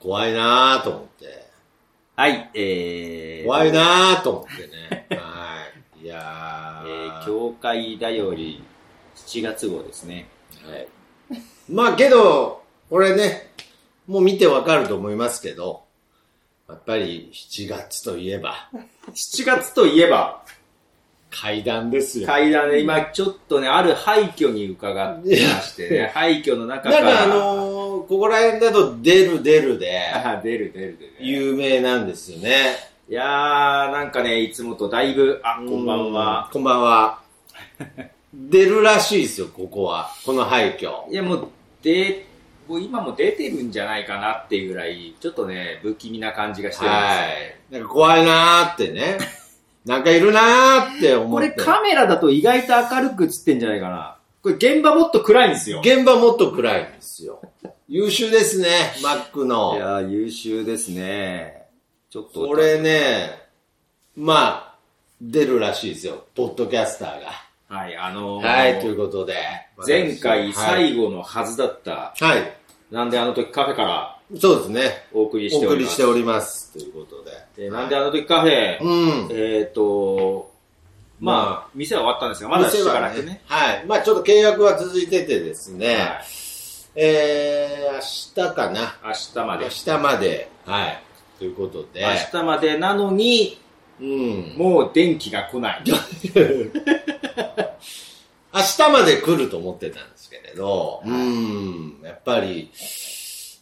怖いなぁと思って。はい、えー、怖いなぁと思って ね。はい。いやえーー、教会だより7月号ですね。はい。まあけど、これね、もう見てわかると思いますけど、やっぱり7月といえば、 7月といえば、階段ですよ。階段で今ちょっとね、ある廃墟に伺ってましていねや、廃墟の中だか、かららあのーここら辺だと出る出るで、あー出る出る出る。有名なんですよね。いやー、なんかね、いつもとだいぶ、あ、こんばんは。う。こんばんは。出るらしいですよ、ここは。この廃墟。いや、もう、で、もう今も出てるんじゃないかなっていうぐらい、ちょっとね、不気味な感じがしてるんですよはい。なんか怖いなーって ね。なんかいるなーって思こっれて。カメラだと意外と明るく映ってんじゃないかな。これ現場もっと暗いんですよ。現場もっと暗いんですよ。優秀ですね、マックの。やー、優秀ですね。ちょっこ、れね、まあ、出るらしいですよ、ポッドキャスターが。はい、あのーはい、ということで。前は回い最後のはずだった、はい。なんであの時カフェからそうですね。お送りしおてお送りりましす。ております。ということで。でなんであの時カフェ、うん。えっ、ー、と、まあ、店は終わったんですが、まだしばらくね。はい。まあちょっと契約は続いててですね、はいえー、明日かな。明日まで明。日まで。はい。ということで。明日までなのに、うん。もう電気が来ない。明日まで来ると思ってたんですけれど、うん、やっぱり、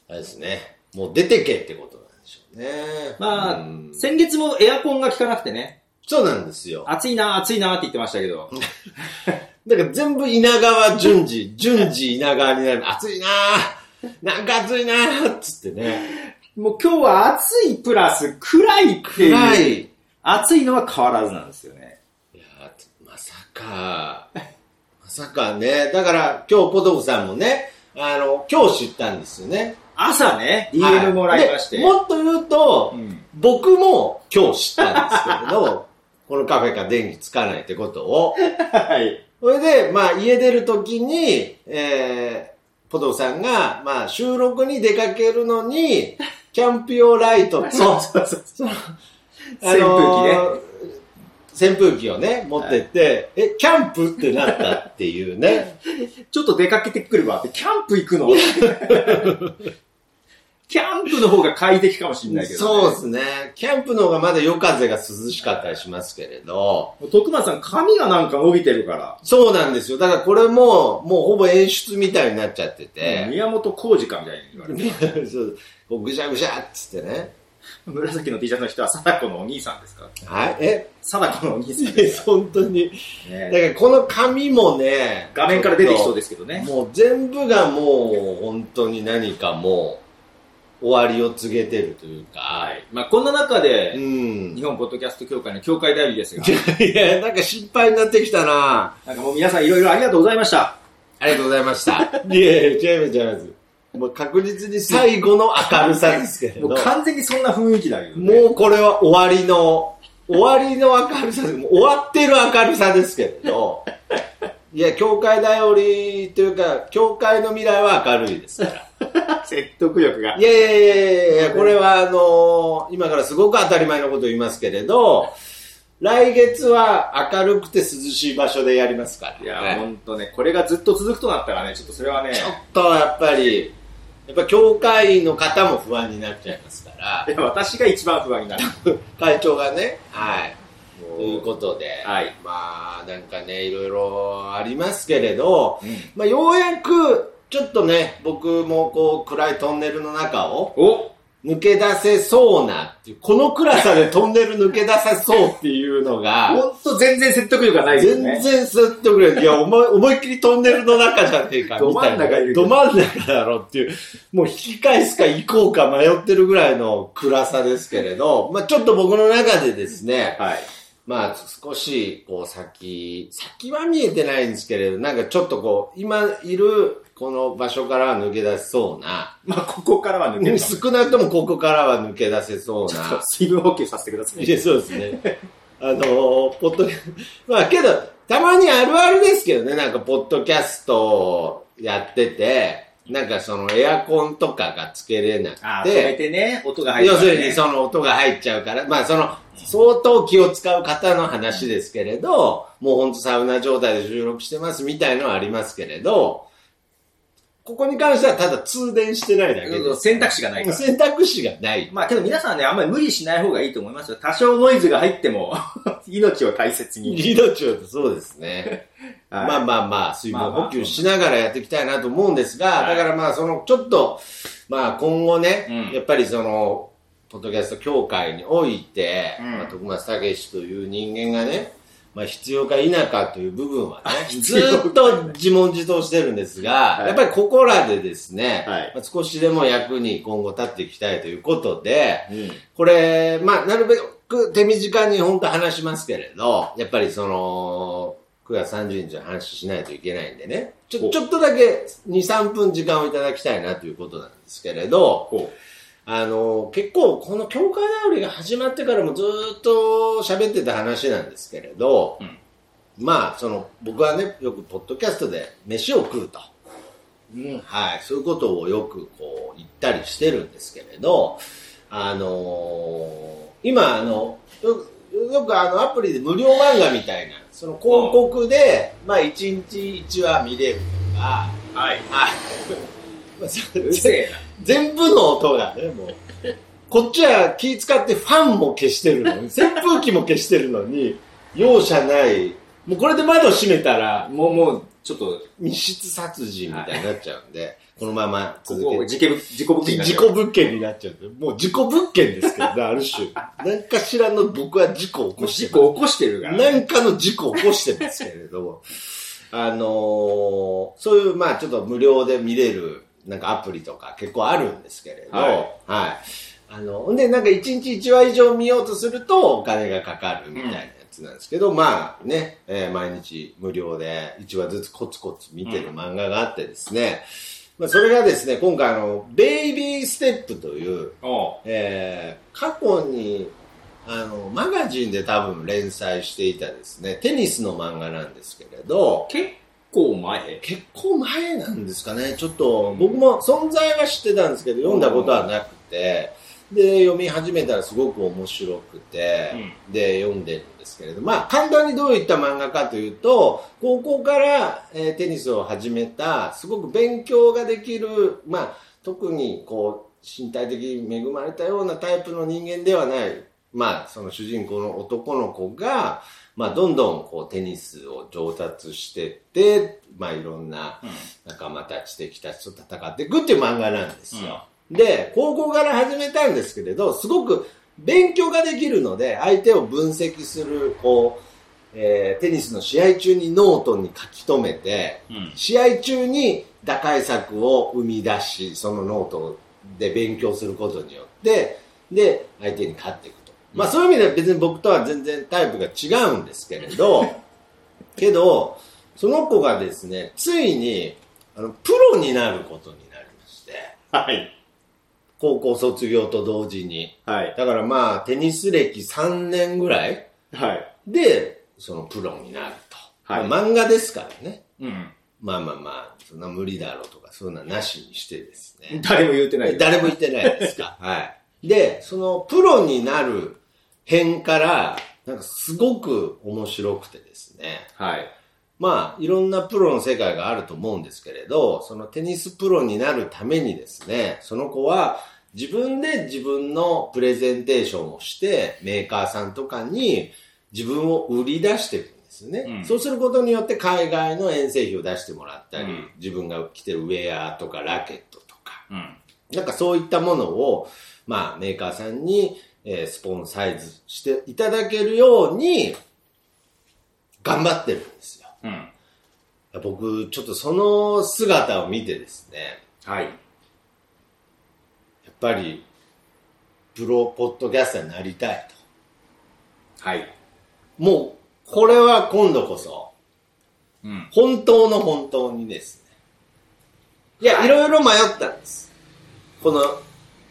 あれですね、もう出てけってことなんでしょうね。まあ、うん先月もエアコンが効かなくてね、そうなんですよ。暑いな、暑いなって言ってましたけど、だから全部稲川順次、順次稲川になる。暑いなぁなんか暑いなぁっつってね。もう今日は暑いプラス暗いっていう。暗い。い暑いのは変わらずなんですよね。やーまさか、まさかね。だから今日ポトフさんもね、あの、今日知ったんですよね。朝ね、はい DM もらいまして。でもっと言うと、うん僕も今日知ったんですけれ ど、このカフェから電気つかないってことを。 はい。それで、まあ家出るときに、えー、ポトフさんが、まあ収録に出かけるのに、キャンプ用ライトと、 そうそうそうそう。あの扇ー扇風機をね、持ってって、え、キャンプってなったっていう ね。ちょっと出かけてくるわって、キャンプ行くの キャンプの方が快適かもしれないけど、そうでうすね。キャンプの方がまだ夜風が涼しかったりしますけれど、徳間さん、髪がなんか伸びてるから。そうなんですよ。だからこれも、もうほぼ演出みたいになっちゃってて。宮本浩二かみたいに言わ れてそうこうぐしゃぐしゃっつってね。紫の T シャツの人は貞子のお兄さんですかはい。え、 貞子のお兄さんですか、本当に。 だかね、らこの紙もね、画面から出てきそうでですけどね。もう全部がもう、本当に何かもう、終わりを告げてるというはか。い。まあ、こんな中うで、ん。日本ポッドキャスト協会の協会代理で すが、いや、なんか心配になってきたななんかもう皆さんいろいろありがとうございました。ありがとうございました。 いやいや、違います、違います。もう確実に最後の明るさですけれもど。う完全にそんな雰囲気だけど、ね。もうこれは終わりの、終わりの明るさです。もう終わってる明るさですけれど。いや、教会だよりというか、教会の未来は明るいですから。 説得力がい。やいやいやいやいや、これはあのー今からすごく当たり前のことを言いますけれど、来月は明るくて涼しい場所でやりますから。いや、はいほんとね、これがずっと続くとなったらね、ちょっとそれはね、ちょっとやっぱり、やっぱ教会員の方も不安になっちゃいますからい、や私が一番不安になる。会長がね、はい。ということで、はいまあなんかねいろいろありますけれど、うんまあ、ようやくちょっとね僕もこう暗いトンネルの中をお抜け出せそうなっていうこの暗さでトンネル抜け出せそうっていうのがほんと全然説得力がないです全ね。然すっとくれない。いや、お前、思いっきりトンネルの中じゃねえか、みたいな。ど真ん中いるけどど真ん中だろっていう。もう引き返すか行こうか迷ってるぐらいの暗さですけれど、まあちょっと僕の中でですね、はい。まあ、少し、こう、先、先は見えてないんですけれど、なんかちょっとこう、今いる、この場所からは抜け出せそうな、まあ、ここからは抜けるか少もなくともここからは抜け出せそうちょっとな。水分補給させてくださ い。いや、そうですね。 あのー、ポッド、まあ、けど、たまにあるあるですけどね、なんか、ポッドキャストをやってて、なんかそのエアコンとかがつけれなあくー、止めて、てね、音が入る要かすらるにねその音が入っちゃうから、まあその、相当気を使う方の話ですけれど、もうほんとサウナ状態で収録してますみたいのはありますけれど、ここに関してはただ通電してないだけうでんす。選択肢がないから。選択肢がない。まあけど皆さんね、あんまり無理しない方がいいと思いますよ。多少ノイズが入っても、 命を大切に。 命を、そうですね。はいまあまあまあ、水分まあまあ補給しながらやっていきたいなと思うんですが、はいだからまあ、その、ちょっと、まあ今後ね、うんやっぱりその、ポッドキャスト協会において、うんまあ、徳松武史という人間がね、まあ必要か否かという部分はね、 必ず要っと自問自答してるんですが、はいやっぱりここらでですね、はいまあ少しでも役に今後立っていきたいということで、うんこれ、まあ、なるべく手短に本当話しますけれど、やっぱりその、9月30日の話しないといけないんでね、ちょおちょっとだけ2、3分時間をいただきたいなということなんですけれど、こあの、結構この教会だよりが始まってからもずっと喋ってた話なんですけれど、うんまあ、その、僕はね、よくポッドキャストで飯を食うと。ううん。はい、そういうことをよくこう言ったりしてるんですけれど、あのー今あのよよくあのアプリで無料漫画みたいなその広告で、まあ1日1話見れるとか、ははい。い まあそうるせえ全部の音がねもうこっちは気使ってファンも消してるの に扇風機も消してるのに容赦ないもうこれで窓閉めたらな。もう、もう、ちょっと、密室殺人みたいになっちゃうんで、このままこ続けこ、て事件、事故物件になっち事ゃう故物件になっちゃうんで、もう事故物件ですけどね、ある 種。何かしらの僕は事故を起もこうし事てま故起こしてるかす。ら。何かの事故を起こしてますけれども、 あのーそういう、まあちょっと無料で見れる、なんかアプリとか結構あるんですけれど、はい。はいあの、ほんで、なんか1日1話以上見ようとするとお金がかかるみたいなやつなんですけど、まあね、えー毎日無料で1話ずつコツコツ見てる漫画があってですね、まあ、それがですね、今回あの、ベイビーステップという、おうえー過去に、あの、マガジンで多分連載していたですね、テニスの漫画なんですけれど、結構前結構前なんですかね、ちょっと、僕も存在は知ってたんですけど、読んだことはなくて、で、読み始めたらすごく面白くて、で読んでるんですけれど、まあ、簡単にどういった漫画かというと、高校から、えーテニスを始めた、すごく勉強ができる、まあ、特にこう、身体的に恵まれたようなタイプの人間ではない、まあ、その主人公の男の子が、まあ、どんどんこう、テニスを上達してって、まあ、いろんなうん仲間たち、敵たちと戦っていくっていう漫画なんですよ。で、高校から始めたんですけれど、すごく勉強ができるので、相手を分析する、こう、えーテニスの試合中にノートに書き留めて、うん。うん。試合中に打開策を生み出し、そのノートで勉強することによって、で、相手に勝っていくと。まあそういう意味では別に僕とは全然タイプが違うんですけれ ど、けど、その子がですね、ついに、あの、プロになることになりまして、はい。高校卒業と同時に。はい。だからまあ、テニス歴3年ぐらいはい。で、そのプロになると。はいまあ漫画ですからね。うん。まあまあまあ、そんな無理だろうとか、そんななしにしてです ね。誰も言うてないよ。誰も言ってないですか。はい。で、そのプロになる辺から、なんかすごく面白くてですね。はい。まあ、いろんなプロの世界があると思うんですけれど、そのテニスプロになるためにですね、その子は自分で自分のプレゼンテーションをして、メーカーさんとかに自分を売り出していくんですね。うんそうすることによって海外の遠征費を出してもらったり、うん自分が着てるウェアとかラケットとか、うん。なんかそういったものを、まあ、メーカーさんに、えースポンサイズしていただけるように、頑張ってるんですよ。うん。僕、ちょっとその姿を見てですね、はい。やっぱり、プロポッドキャスターになりたいと。はい。もう、これは今度こそ、うん。本当の本当にですね。いや、はいいろいろ迷ったんです。この、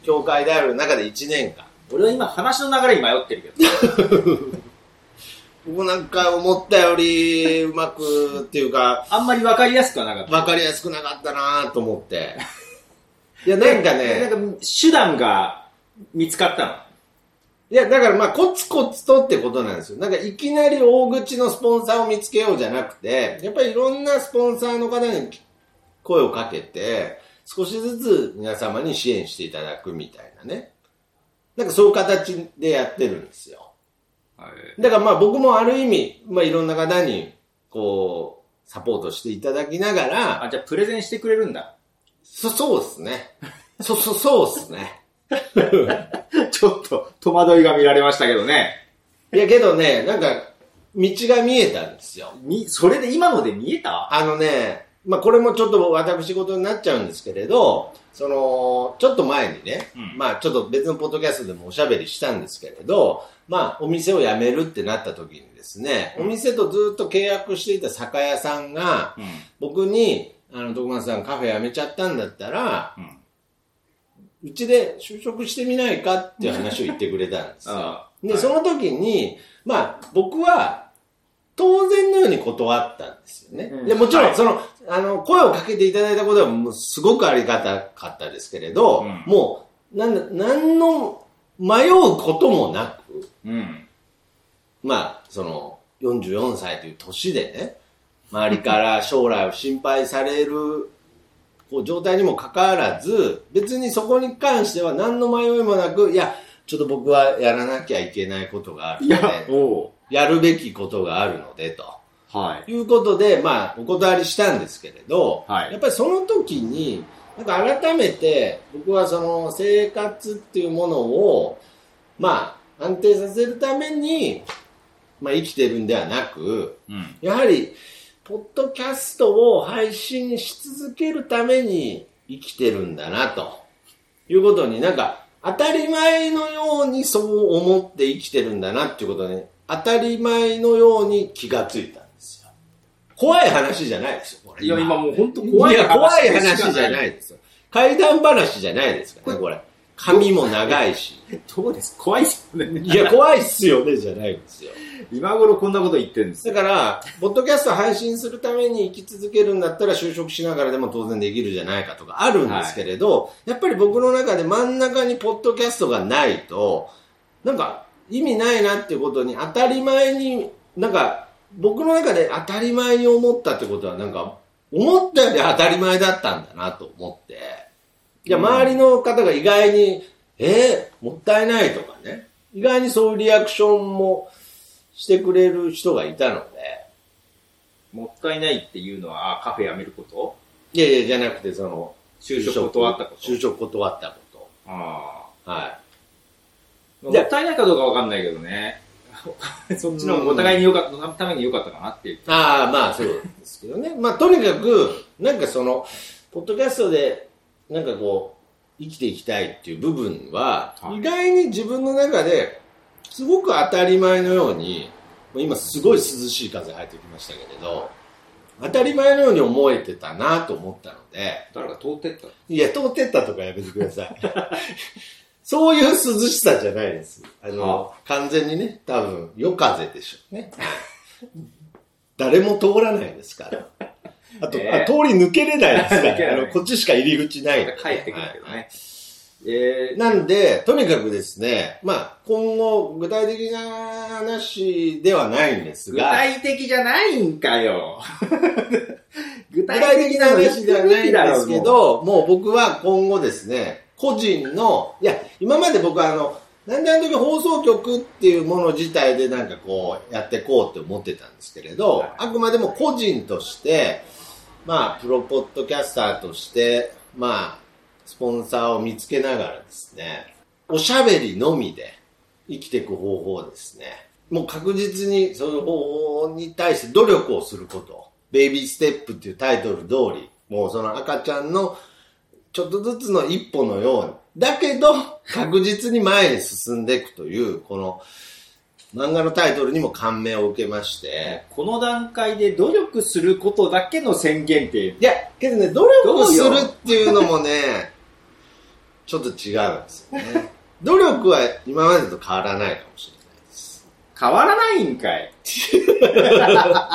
教会である中で1年間。俺は今話の流れに迷ってるけど。僕なんか思ったよりうまくっていうか、あんまりわかりやすくはなかった。わかりやすくなかったなと思って。いや、なんかね、なんか手段が見つかったの。いや、だからまあ、コツコツとってことなんですよ。なんか、いきなり大口のスポンサーを見つけようじゃなくて、やっぱりいろんなスポンサーの方に声をかけて、少しずつ皆様に支援していただくみたいなね。なんかそういう形でやってるんですよ。だからまあ僕もある意味、まあいろんな方に、こう、サポートしていただきながら、あ、じゃあプレゼンしてくれるんだ。そ、そうっすね。そ、そ、そうっすね。 ちょっと戸惑いが見られましたけどね。いやけどね、なんか、道が見えたんですよ。み、それで今ので見えたあのね、まあ、これもちょっと私事になっちゃうんですけれど、その、ちょっと前にね、うんまあ、ちょっと別のポッドキャストでもおしゃべりしたんですけれど、まあ、お店を辞めるってなった時にですね、お店とずっと契約していた酒屋さんが、うん。僕に、あの、徳松さんカフェ辞めちゃったんだったら、うんうちで就職してみないかっていう話を言ってくれたんですよ。あで、その時に、まあ、僕は、当然のように断ったんですよね。うんでもちろはん、いその、あの、声をかけていただいたことは、もう、すごくありがたかったですけれど、うんもう、なん、なんの、迷うこともなく、うん。まあ、その、44歳という年でね、周りから将来を心配される、こう、状態にもかかわらず、別にそこに関しては何の迷いもなく、いや、ちょっと僕はやらなきゃいけないことがあるいのやで、、 おやるべきことがあるので、とうはい。いうことで、まあ、お断りしたんですけれど、はいやっぱりその時に、なんか改めて、僕はその生活っていうものを、まあ、安定させるために、まあ、生きてるんではなく、うん。やはり、ポッドキャストを配信し続けるために生きてるんだな、ということになんか、当たり前のようにそう思って生きてるんだなっていうことに、当たり前のように気がついたんですよ。怖い話じゃないですよ、これ。いや、今もう本当怖怖いい話話怖いでしか話じゃないですよ。怪談話じゃないですからね、これ。髪も長い し。どうです怖いっすよね。いや、怖いっすよね、じゃないんですよ。 今頃こんなこと言ってるんですだよ。から、ポッドキャスト配信するために生き続けるんだったら就職しながらでも当然できるじゃないかとかあるんですけれど、やっぱり僕の中で真ん中にポッドキャストがないと、なんか意味ないなってことに当たり前に、なんか僕の中で当たり前に思ったってことはなんか思ったより当たり前だったんだなと思って、いや、うん周りの方が意外に、えー、もったいないとかね、意外にそういうリアクションもしてくれる人がいたので、もったいないっていうのは、あカフェ辞めることいやいや、じゃなくて、その、就職断ったこと就職断ったこああ。と。はもったいないかどうかわかんないけどね。 そっちの方がお互いに良かった、ために良かったかなっていう。い。ああ、まあ、そうですけどね。まあ、とにかく、なんかその、ポッドキャストで、なんかこう、生きていきたいっていう部分は、はい意外に自分の中で、すごく当たり前のように、もう今すごい涼しい風入ってきましたけれど、当たり前のように思えてたなと思ったので、誰か通ってったいや、通ってったとかやめてください。 そういう涼しさじゃないです。あの、完全にね、多分、夜風でしょうね。誰も通らないですから。あと、ねえあ通り抜けれないですか抜けら、れあないのこっちしか入り口ないんで、帰ってくるけどはいね。 えなんで、とにかくですね、まあ、今後、具体的な話ではないんですー具が、体的じゃないんかよ。 具具体的な話ではないんですけど、ど、もう僕は今後ですね、個人の、いや、今まで僕はあの、なんであの時放送局っていうもの自体でなんかこうやってこうって思ってたんですけれど、はいあくまでも個人として、まあ、プロポッドキャスターとして、まあ、スポンサーを見つけながらですね、おしゃべりのみで生きていく方法ですね。もう確実にその方法に対して努力をすること。ベイビーステップっていうタイトル通り、もうその赤ちゃんのちょっとずつの一歩のように。だけど、確実に前に進んでいくという、この漫画のタイトルにも感銘を受けまして。この段階で努力することだけの宣言って、いや、けどね、努力をするっていうのも ね、ちょっと違うんですよね。努力は今までと変わらないかもしれないです。変わらないんかい。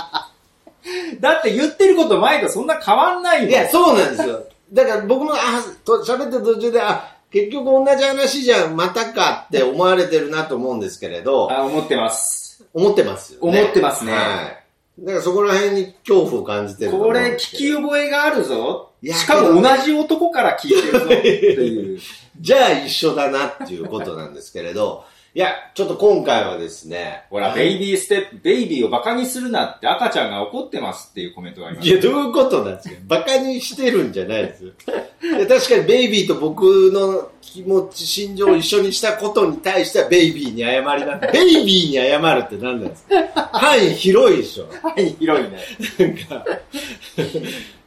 だって言ってること前とそんな変わんないんいだや、よ。そうなんですよ。だから僕も、あ、と喋ってる途中で、あ、結局同じ話じゃん、またかって思われてるなと思うんですけれど、あ思ってます。思ってますよね。思ってますねはい。だからそこら辺に恐怖を感じてると思こうんれで聞すけきど覚えがあるぞ。いやしかも同じ男から聞いてるぞっていう。じゃあ一緒だなっていうことなんですけれど、いや、ちょっと今回はですね。 ほら、ベイビーステップ、ベイビーをバカにするなって赤ちゃんが怒ってますっていうコメントがありまいす。や、どういうことなんですかバカにしてるんじゃないですよ。いや確かにベイビーと僕の気持ち、心情を一緒にしたことに対してはベイビーに謝りな。ベイビーに謝るって何なんですか範囲広いでしょ。はい、広いね。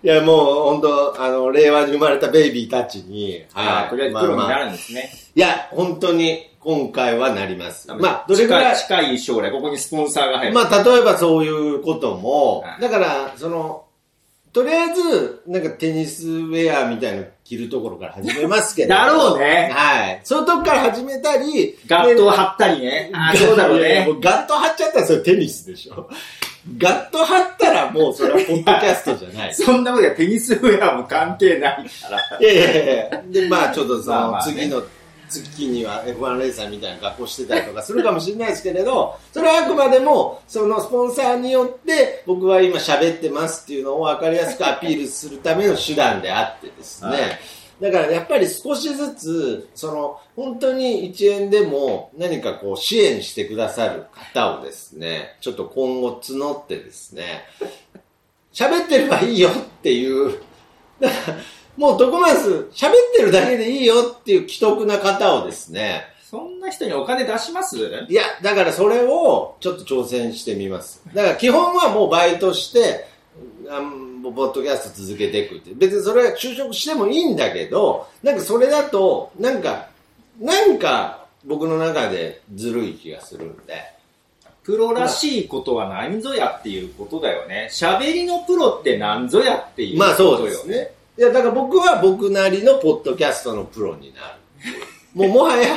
いや、もう本当あの、令和に生まれたベイビーたちに、ああ、これはまあプロまにあなるんですね。いや、本当に今回はなります。まあ、どどれぐれぐららいい、近い将来、ここにスポンサーが入る。まあ、例えばそういうこともは、いだから、その、とりあえず、なんかテニスウェアみたいなの着るところから始めますけど。 だろうねはい。そういうとこから始めたり、ガットをっ張ったりね。ああ、そうだろう ね。ガット張っちゃったらそれテニスでしょ。ガット張ったらもうそれはポッドキャストじゃない。そんなことやテニスウェアも関係ないから。いやいやいや。で、まあちょっとそまあのまあね次の月には F1 レーサーみたいな格好してたりとかするかもしれないですけれど、それはあくまでも、そのスポンサーによって僕は今喋ってますっていうのを分かりやすくアピールするための手段であってですはいね。だからやっぱり少しずつ、その本当に1円でも何かこう支援してくださる方をですね、ちょっと今後募ってですね、喋ってればいいよっていう、だからもうどこまで喋ってるだけでいいよっていう既得な方をですね、そんな人にお金出しますいや、だからそれをちょっと挑戦してみます。だから基本はもうバイトして、あんポッドキャスト続けていくって。別にそれは就職してもいいんだけど、なんかそれだと、なんか、なんか僕の中でずるい気がするんで。プロらしいことは何ぞやっていうことだよね。喋りのプロって何ぞやっていうことまあよ。そうですね。いや、だから僕は僕なりのポッドキャストのプロになる。もうもはや、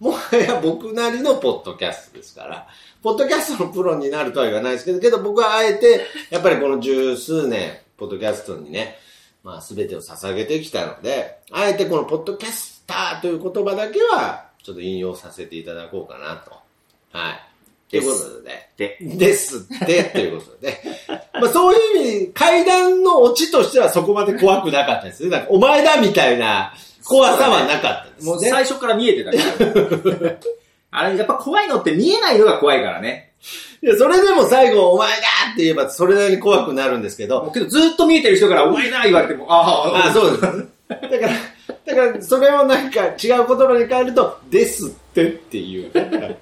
もはや僕なりのポッドキャストですから、ポッドキャストのプロになるとは言わないですけど、けど僕はあえて、やっぱりこの十数年、ポッドキャストにね、まあ全てを捧げてきたので、あえてこのポッドキャスターという言葉だけは、ちょっと引用させていただこうかなと。はい。といですうことで。で、ですって、ということで。まあそういう意味、階段のオチとしてはそこまで怖くなかったですね。なんかお前だみたいな怖さはなかったです、ね。もう最初から見えてたから。あれ、やっぱ怖いのって見えないのが怖いからね。いや、それでも最後お前だって言えばそれなりに怖くなるんですけど。もうけどずっと見えてる人から、お前な言われても、ああ、あ、そうです。だから、だからそれをなんか違う言葉に変えると、ですってっていう、なんか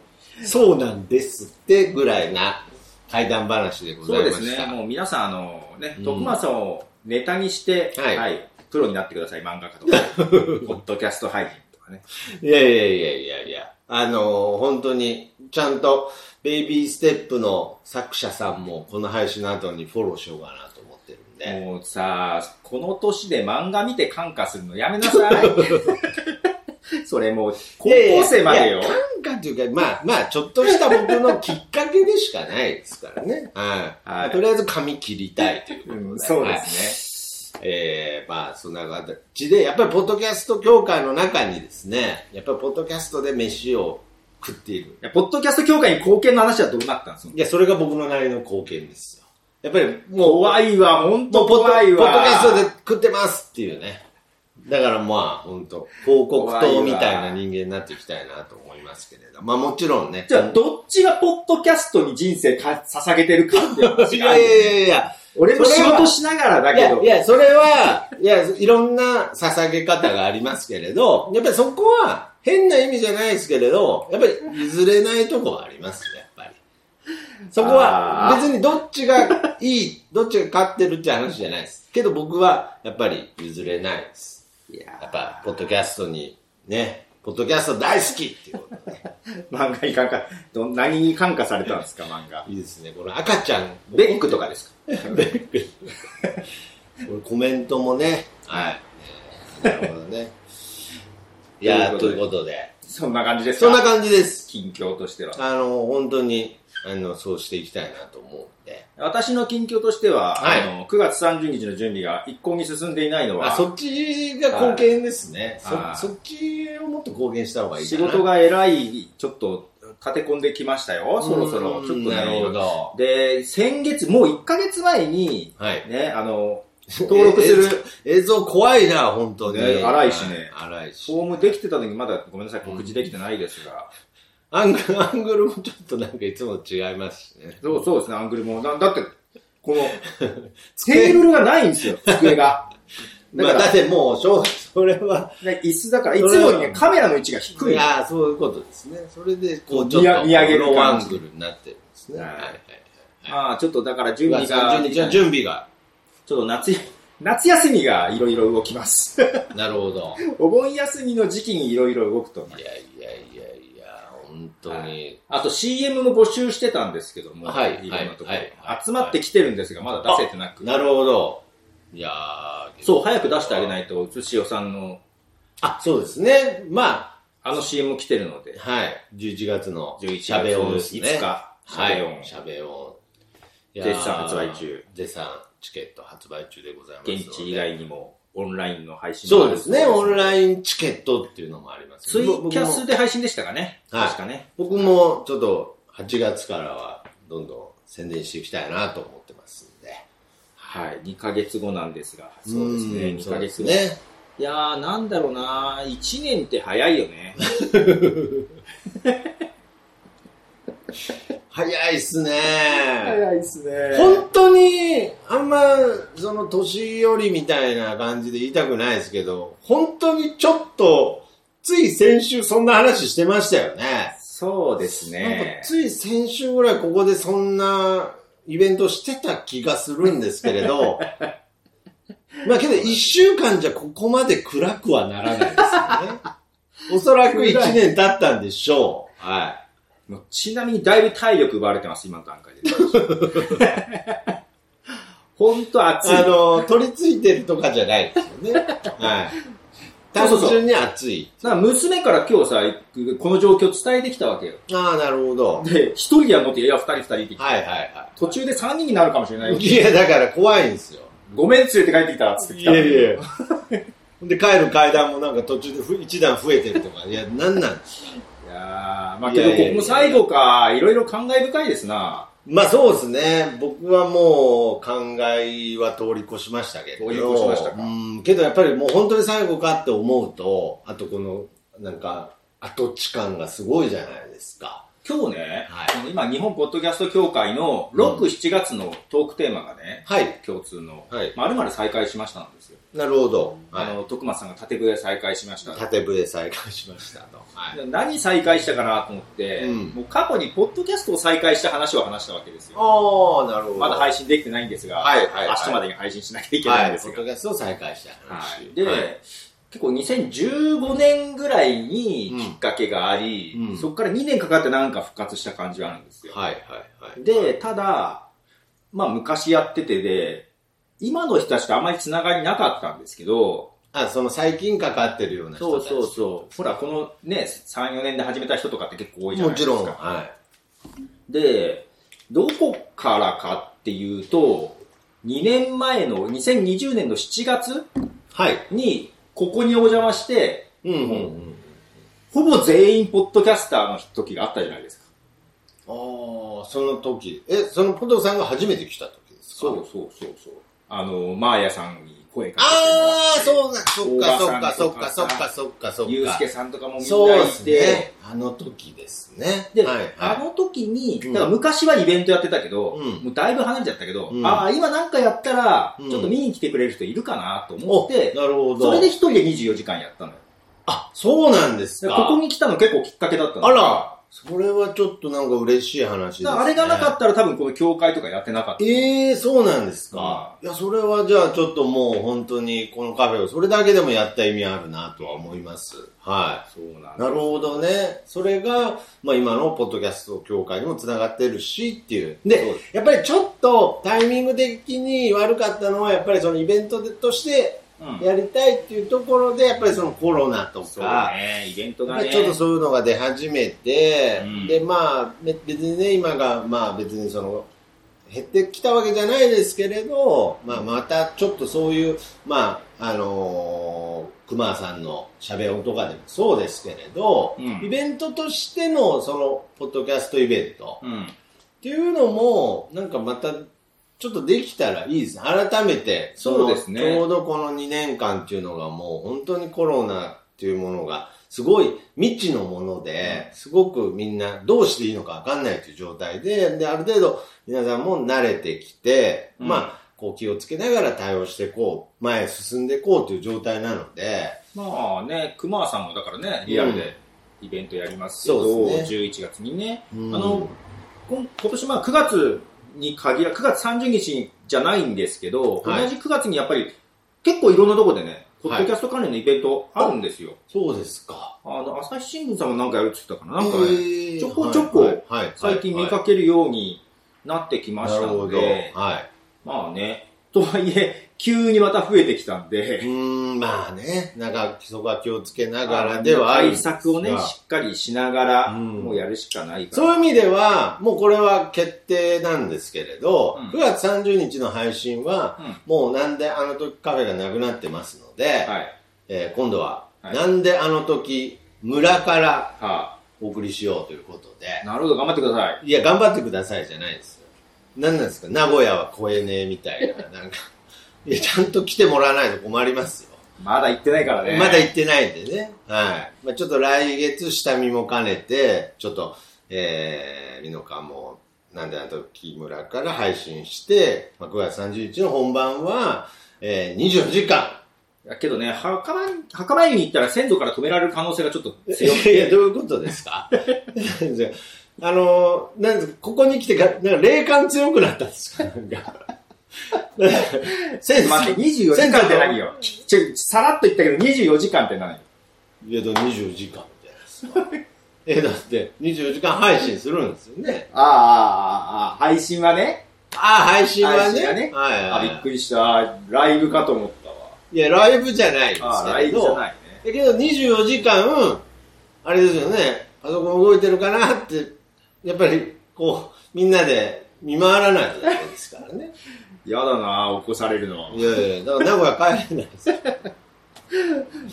そうなんですってぐらいな階段話でござそういまでした。すね。もう皆さん、あの、ねう、ん徳間さんをネタにして、はいプロになってください。漫画 家とか、ポッドキャスト配信とかね。いやいやいやいやいや、あのー本当に、ちゃんと、ベイビーステップの作者さんも、この配信の後にフォローしようかなと思ってるんで。もうさ、この年で漫画見て感化するのやめなさ い。それもう、高校生までいやいやい。よや感化というか、まあまあ、ちょっとした僕のきっかけでしかないですからね。はい。はいとりあえず髪切りたいということで。うんそうですえー、まあ、そんな形で、やっぱりポッドキャスト協会の中にですね、やっぱりポッドキャストで飯を食っているね。いやポッドキャスト協会に貢献の話はどうなったんですかいや、それが僕のなりの貢献ですよ。やっぱり、もう、怖いわ、ほんもとうポッド怖いわ。ポッドキャストで食ってますっていうね。だからまあ、本当広告塔みたいな人間になっていきたいなと思いますけれど。まあもちろんね。じゃあ、どっちがポッドキャストに人生か捧げてるかっていうい話がやあるいやよね、いやいや。俺も仕それ事はしながらだいけや、どい、や、それは、いや、いろんな捧げ方がありますけれど、やっぱりそこは変な意味じゃないですけれど、やっぱり譲れないとこはありますよ、やっぱり。そこはあー別にどっちがいい、どっちが勝ってるって話じゃないです。けど僕はやっぱり譲れないです。いややっぱ、ポッドキャストに、ね、ポッドキャスト大好きっていうことね。漫画に感化、ど何に感化されたんですか、漫画。いいですね。この赤ちゃん、ベックとかですかこれコメントもね、はい。えーなるほどね。いやー、とといいううこことで、そんな感じですかそんな感じです。近況としては。あの、本当に、あの、そうしていきたいなと思うんで。私の近況としては、はいあの9月30日の準備が一向に進んでいないのは、あ、そっちが貢献ですね。はいそそっちをもっと貢献した方がいいか仕な。事がえらい、ちょっと、立て込んできましたよ、そろそろ。うんちょっとねなるほど。で、先月、もう1ヶ月前に、はい。ね、あの、登録するえ。映像怖いな、本当に。ね荒いしねはい荒いフし。ォームできてた時まだ、ごめんなさい、告知できてないですが、アングル、 アングルもちょっとなんかいつもと違いますしね。そうそうですね、アングルも。だだって、こ の、テーブルがないんですよ、机が。だまかあ、らだってもう、しょうそれは、ね椅子だから、いつもよりね、カメラの位置が低い。いやーそういうことですね。それで、こう、見ちょっと、見上げる感じローアングルになってるんですね。はいはいはいああ、ちょっとだから準9備月が、 30日ちょはっ準備が。と夏や、夏休みがいろいろ動きます。 なるほど。お盆休みの時期にいろいろ動くと思いますいやいやいやいや、本当に。あと CM も募集してたんですけども、はいろんなところ、はいはい集まってきてるんですが、まだ出せてなく。なるほど。いやーそう、早く出してあげないと、うつしおさんの、あ、そうですね。まあの CM も来てるのあ、で、はい。11月の11月喋音ですね。 5日、は喋い。音しゃべ音。いやー絶賛発売中。絶賛チケット発売中でございますので。現地以外にも、オンラインの配信もそうですね。オンイン。ラインチケットっていうのもありますツよイね。キャスで配信でしたかね。はい確かね。僕も僕もちょっと8月からはどんどん宣伝していきたいなと思ってますんで。はい、2ヶ月後なんですが、そうですね、ん2ヶ月そう後。ですね。いやー、なんだろうなー、1年って早いよね。早いっすね。いですね本当に、あんま、その、年寄りみたいな感じで言いたくないですけど、本当にちょっと、つい先週そんな話してましたよね。そうですなんかね。つい先週ぐらいここでそんなイベントしてた気がするんですけれど、まあけど一週間じゃここまで暗くはならないですよね。おそらく一年経ったんでしょう。はもうちなみにだいぶ体力奪われてます、今の段階で。 本当い。暑い。あの、取り付いてるとかじゃないですよね。はい。単そうそうそう純に暑い。だから娘から今日さ、この状況伝えてきたわけよ。あああ、なるほど。で、一人やのって、いや、二人二人って言ってはいはいは途中で三人になるかもしれないよい。。いや、だから怖いんですよ。ごめん、連れて帰ってきたっつっいて来た。やいや。 で、帰る階段もなんか途中でふ一段増えてるとか、いや、なんなんいやーまあけど、いやいやいやここも最後か、いろいろ感慨深いですな。まあそうですね。僕はもう、考えは通り越しましたけど。通り越しましたかうん。けどやっぱりもう本当に最後かって思うと、あとこの、なんか、跡地感がすごいじゃないですか。今日ね、はいこの今、日本ポッドキャスト協会の6、7月のトークテーマがね、はい。共通の、はい。まるまる再開しましたんですよ。なるほど。あはの、徳松さんが縦笛再開しましい。た。縦笛再開しましたと。はい。何再開したかなと思って、うんもう過去にポッドキャストを再開した話を話したわけですよ。ああ、なるほど。まだ配信できてないんですが、はいはいはい明日までに配信しなきゃいけないんですポが。ッドキャストを再開したは話。いで、結構2015年ぐらいにきっかけがあり、うんうんそこから2年かかってなんか復活した感じがあるんですよ。はいはいはい。で、ただ、まあ昔やっててで、今の人たちとあまりつながりなかったんですけど、あ、その最近かかってるような人そうたち。そうそう。ほら、このね、3、4年で始めた人とかって結構多いじゃもないちですか。ろん。はで、どこからかっていうと、2年前の、2020年の7月い。はい。に、ここにお邪魔して、うんうんうん。ほぼ全員ポッドキャスターの時があったじゃないですか。ああ、その時。え、その工藤さんが初めて来た時ですかそうそうそうそう。あの、マーヤさんに声かああ、けてもらって。そうな、そっかそっかそっかそっかそっかそっか。ゆうすけさんとかもみんそうなでいすて、ね。あの時ですね。で、はいあはの時に、うんだから昔はイベントやってたけど、うんもうだいぶ離れちゃったけど、うんああ、今なんかやったら、うんちょっと見に来てくれる人いるかなとい。思って、なるほど。それで一人で24時間やったのよ。あ、そうなんですでか。ここに来たの結構きっかけだったの。あら、それはちょっとなんか嬉しい話です、ね。だからあれがなかったら多分この教会とかやってなかった。ええそうなんですか。いや、それはじゃあちょっともう本当にこのカフェをそれだけでもやった意味あるなとは思います。はそうなんい。なるほどね。それが、まあ今のポッドキャスト協会にもつながってるしっていう。そうでで、やっぱりちょっとタイミング的に悪かったのはやっぱりそのイベントとしてうんやりたいっていうところで、やっぱりそのコロナとそうか、ね、イベントやがっぱね。りちょっとそういうのが出始めて、うんで、まあ、め別にね、今が、まあ別にその、減ってきたわけじゃないですけれど、まあまたちょっとそういう、まあ、あのー、熊さんの喋音とかでもそうですけれど、うんイベントとしてのその、ポッドキャストイベントうん。っていうのも、なんかまた、ちょっとできたらいいですね。改めて。そうですねそのちょうどこの2年間っていうのがもう本当にコロナっていうものが、すごい未知のもので、すごくみんなどうしていいのかわかんないという状態で、で、ある程度皆さんも慣れてきて、うんまあ、こう気をつけながら対応してこう、前へ進んでこうという状態なので、まあね、熊さんもだからね、リアルでイベントやりますけそど、うです11月にね。うんあの、こん今年まあ9月に限ら、9月30日じゃないんですけど、はい同じ9月にやっぱり結構いろんなとこでね、ポはいッドキャスト関連のイベントあるんですよ。そうですか。あの、朝日新聞さんもなんかやるって言ってたかな。なんかね、えーちょこちょこはいはいはい最近見かけるようになってきまはいなしるたほのど。で、はい。まあね、とはいえ、急にまた増えてきたんうで、ーん、まあね、なんかそこは気をつけながらではあるん対ですが策をね、しっかりしながら、うんもうやるしかないから。そういう意味では、もうこれは決定なんですけれど、う9ん月30日の配信は、うんもうなんであの時カフェがなくなってますので、はい。えー今度は、はいなんであの時村からはお送りしようということであ、、なるほど、頑張ってください。いや、頑張ってくださいじゃないですよ。なんなんですか名古屋は超えねえみたいな、なんか、いや、ちゃんと来てもらわないと困りますよ。まだ行ってないからね。まだ行ってないんでね。はい。まあ、ちょっと来月下見も兼ねて、ちょっと、えー、美濃かも、なんであの時村から配信して、まあ、9月30日の本番は、えー、24時 間。だけどね、墓参り、墓参りに行ったら先祖から止められる可能性がちょっと強くいや、て。どういうことですか あの、なんですか、ここに来てか、なんか霊感強くなったん ですかなんか。先生、待って、24時間って何よ。ちょ、さらっと言ったけど24時間って何よ。いや、だから24時間みたいなですか。え、だって、24時間配信するんですよね。ああ、ああ、ああ、配信はね。ああ、配信は配ね。信はねはいあ、はびいっくりした。ライブかと思ったわ。いや、ライブじゃないですけど。ああ、ライブじゃないね。だけど24時間、あれですよね、あそこ動いてるかなって、やっぱり、こう、みんなで見回らないとダメですから ね。やだなあ起こされるのは。いやいや、だから名古屋帰れないです。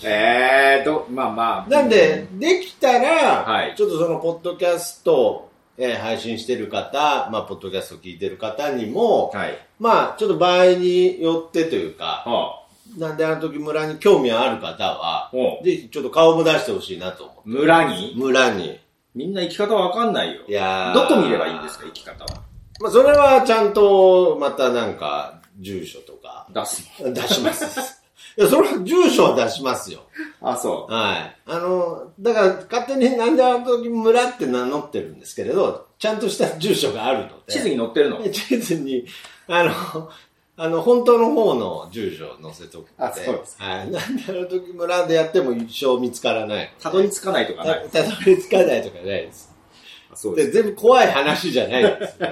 えーと、まあま あ。なんで、、できたら、はいちょっとその、ポッドキャスト、えー配信してる方、まあ、ポッドキャスト聞いてる方にも、はい。まあ、ちょっと場合によってというか、はあ、なんであの時村に興味ある方は、おうぜひちょっと顔も出してほしいなと思う。村に村に。みんな生き方わかんないよ。いやーどこ見ればいいんですか、生き方は。まあ、それはちゃんと、またなんか、住所とか、出す出し ます。いや、それは住所は出しますよ。の。あ、そう。はい。あの、だから、勝手になんであの時村って名乗ってるんですけれど、ちゃんとした住所があるので。地図に載ってるの。え地図に、あの、あの、本当の方の住所を載せとくのあそうですはい。なんであの時村でやっても一生見つからない。たどり着かないとかない。たたどり着かないとかないです。あそうで、です。全部怖い話じゃないんですよ。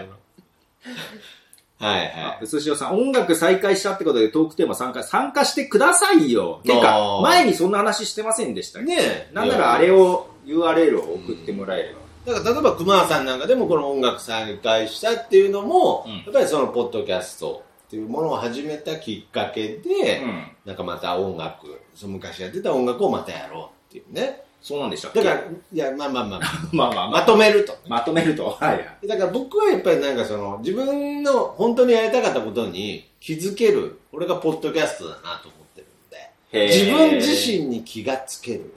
はいはあい。うすしおさん、音楽再開したってことでトークテーマ参加、参加してくださいよ。てあか、ー前にそんな話してませんでしたっけねえ。なんならあれ。を、URL を送ってもらえれば。だから例えば熊さんなんかでもこの音楽再開したっていうのも、うんやっぱりそのポッドキャストっていうものを始めたきっかけで、うん。なんかまた音楽、その昔やってた音楽をまたやろうっていうね。そうなんでしたっだけから、いや、まあまあまあ、まあまあままとめると。あ、まとめると。はいはい。だから僕はやっぱりなんかその自分の本当にやりたかったことに気づける、これがポッドキャストだなと思ってるんで。へー自分自身に気がつける。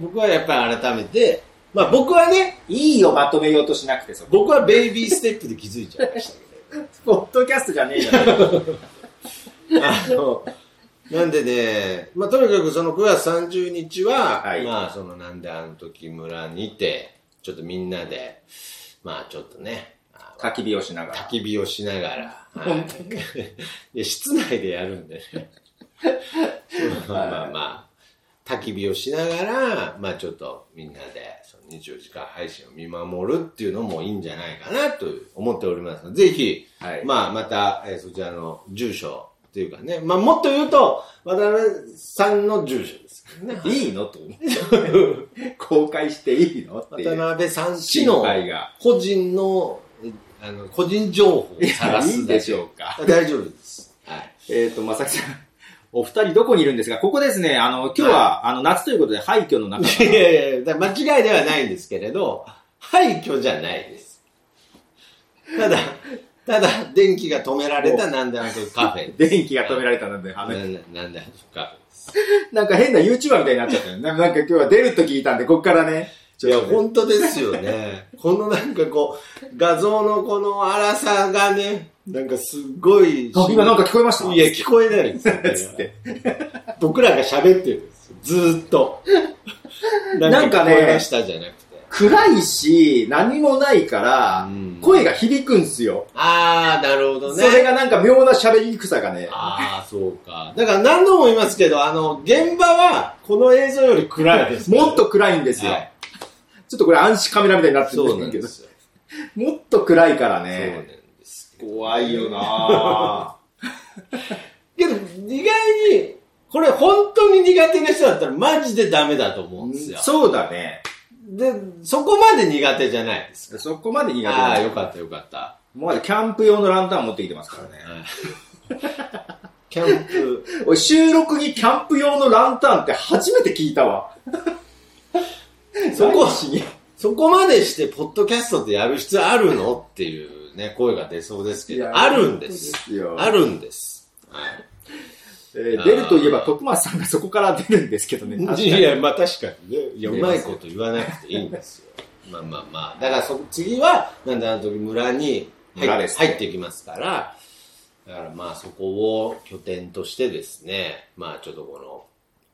僕はやっぱり改めて、まあ僕はね、いいよ、まとめようとしなくて、そこ。僕はベイビーステップで気づいちゃいましたけ ポッドキャストじゃねえじゃないど。 あの、なんでね、まあとにかくその9月30日は、はいまあそのなんであの時村にて、ちょっとみんなで、まあちょっとね、あ焚き火をしなが焚ら。き火をしなが ら、はい、いや室内でやるんでね。 まあまあまあ、焚き火をしながら、まあちょっとみんなでその24時間配信を見守るっていうのもいいんじゃないかなと思っておりますので、ぜひ、はい。まあまた、えーそちらの住所、っていうかね。まあ、もっと言うと、渡辺さんの住所ですけどね。いいのと 公開していいのっていう渡辺さん氏心の配が。個人の、あの、個人情報をいや探いいすんでだしけ。ょうか。大丈夫です。はい。えっ、と、まさきさん。お二人どこにいるんですかここですね、あの、今日は、あの、夏ということで廃墟の中。いやいやいや、だから間違いではないんですけれど、廃墟じゃないです。ただ、ただ、電気が止められたなんであのカフェ。 電気が止められたので、あなのなんであのカなんか変な YouTuber みたいになっちゃったよね。なんか今日は出ると聞いたんで、こっからね。フェ。いや、本当ですよね。このなんかこう、画像のこの荒さがね、なんかすごい。あ今なんか聞こえましたいや、聞こえないですよねつ って。僕らが喋ってるんですよ。ずーっと。なんかね聞こえましたじゃなくて。暗いし、何もないから、うん声が響くんすよ。あー、なるほどそね。れがなんか妙な喋り草がね。ああ、そうか。だから何度も言いますけど、あの、現場は、この映像より暗いです、もっと暗いんですよ。はいちょっとこれ暗視カメラみたいになってるそんうなだんけでど。すよ。もっと暗いからそうなんね。です。怖いよなぁ けど、意外に、これ本当に苦手な人だったらマジでダメだと思うんですよ。 そうだね。で、そこまで苦手じゃないですか。そこまで苦手ああ、だよかったよかった。もうまだキャンプ用のランタン持ってきてますからね。キャンプ、俺収録にキャンプ用のランタンって初めて聞いたわ。 そこ何しそこまでしてポッドキャストってやる必要あるのっていうね、声が出そうですけいやど、あるんです。すよあるんです。はいえー出るといえば徳松さんがそこから出るんですけどね。確かにいや、まあ確かにね。いや、う見えまますいこと言わなくていいんです よ。まあまあまあ。だからそ、次は、なんであの時村に入っ村ですね入ってきますから、だからまあそこを拠点としてですね、まあちょっとこの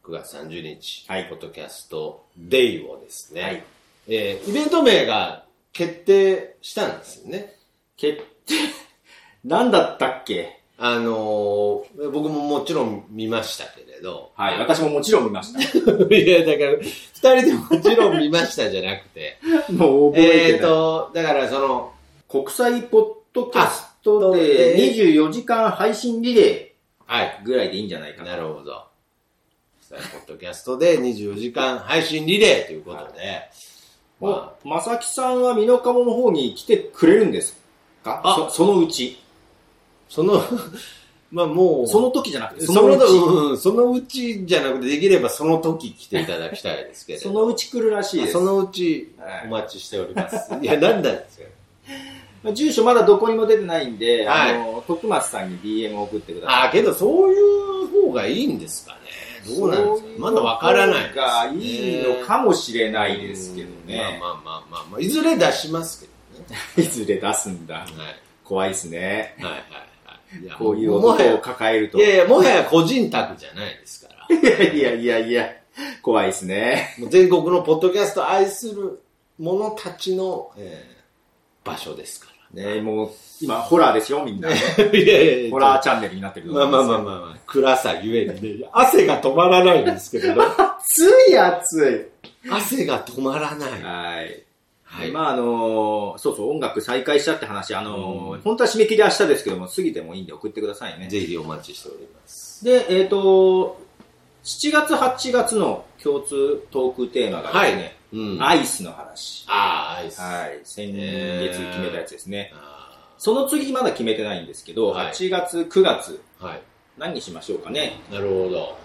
9月30日、はいポッドキャストデイをですね、はいえーイベント名が決定したんですよね。決定、何だったっけあのー僕ももちろん見ましたけれど、はい、私ももちろん見ました。 いや、だから、二人でもちろん見ましたじゃなくて、もう 覚ええー、てない。と、だからその、国際ポッドキャストであ24時間配信リレはい。ーぐらいでいいんじゃないかな。なるほど。ポッドキャストで24時間配信リレーということで、まままさきさんは美濃鴨の方に来てくれるんですかあそそのうち。その、 まあもう、その時じゃなくて、そそののうち。うんそのうちじゃなくて、できればその時来ていただきたいですけれど。そのうち来るらしいです。そのうちはいお待ちしております。いや、なんだんですよ。まあ住所まだどこにも出てないんで、はいあの、徳松さんに DM を送ってください。ああ、けどそういう方がいいんですかね。どうなんですかまだわからないですねがいいのかもしれないですけどね。まあまあまあまあまあ、いずれ出しますけどね。いずれ出すんだ。はい。怖いですね。はいはいはいいや。こういうもは男をや、抱えると。いやいや、もはや個人宅じゃないですから。いやいやいや、怖いですね。 もう全国のポッドキャストを愛する者たちの、えー場所ですからね、もう、今、ホラーですよ、み んな。ね。いやいやいやホラーチャンネルになってるとまあまあまあまあまあ、暗さゆえにね、汗が止まらないんですけれど、あ。暑い、暑。汗が止まらないい。はい。はい。まあ、あのーそうそう、音楽再開したって話、あうのーん本当は締め切り明日ですけども、過ぎてもいいんで送ってくださいね。ぜひお待ちしております。で、えっ、と、7月、8月の共通トークテーマがですね、うん。アイスの話。ああ、アイス。はい。先月決めたやつですね。あその次まだ決めてないんですけど、はい8月、9月、ーはい。何にしましょうかね。なるほど。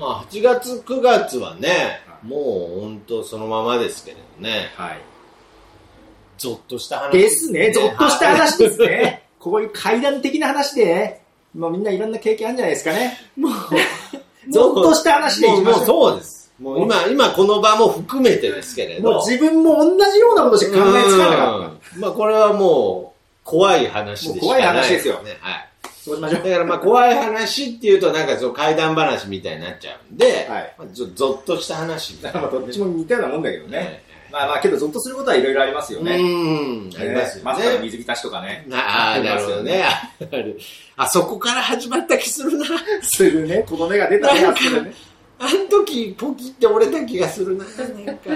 まあ、8月、9月はねは、いもう本当そのままですけれどね。はい。ゾッとした話。ですね。 ゾッとした話ですね。こういう階段的な話で、もうみんないろんな経験あるんじゃないですかね。もう、 ゾッとした話でいもきうましもうょそうです。もう今、今この場も含めてですけれう。ど。もう自分も同じようなことしか考えつかなかっうんまあこれはもう、怖い話でしかない、もう怖い話ですよね。はい。た。そうしましょだう。からまあ怖い話っていうとなんかそう怪談話みたいになっちゃうんで、はいまあ、ちょっとゾッとした話みたいなまあ、どっちも似たようなもんだけどね。ね。まあまあ、けど、ゾッとすることはいろいろありますようね。ん、ありますよね。まさかの水浸しとかね。なああー、りなるますほどよねね。あるあそこから始まった気するな。するね。子供が出たりはする ね。あん時、ポキって折れた気がするな。なんか。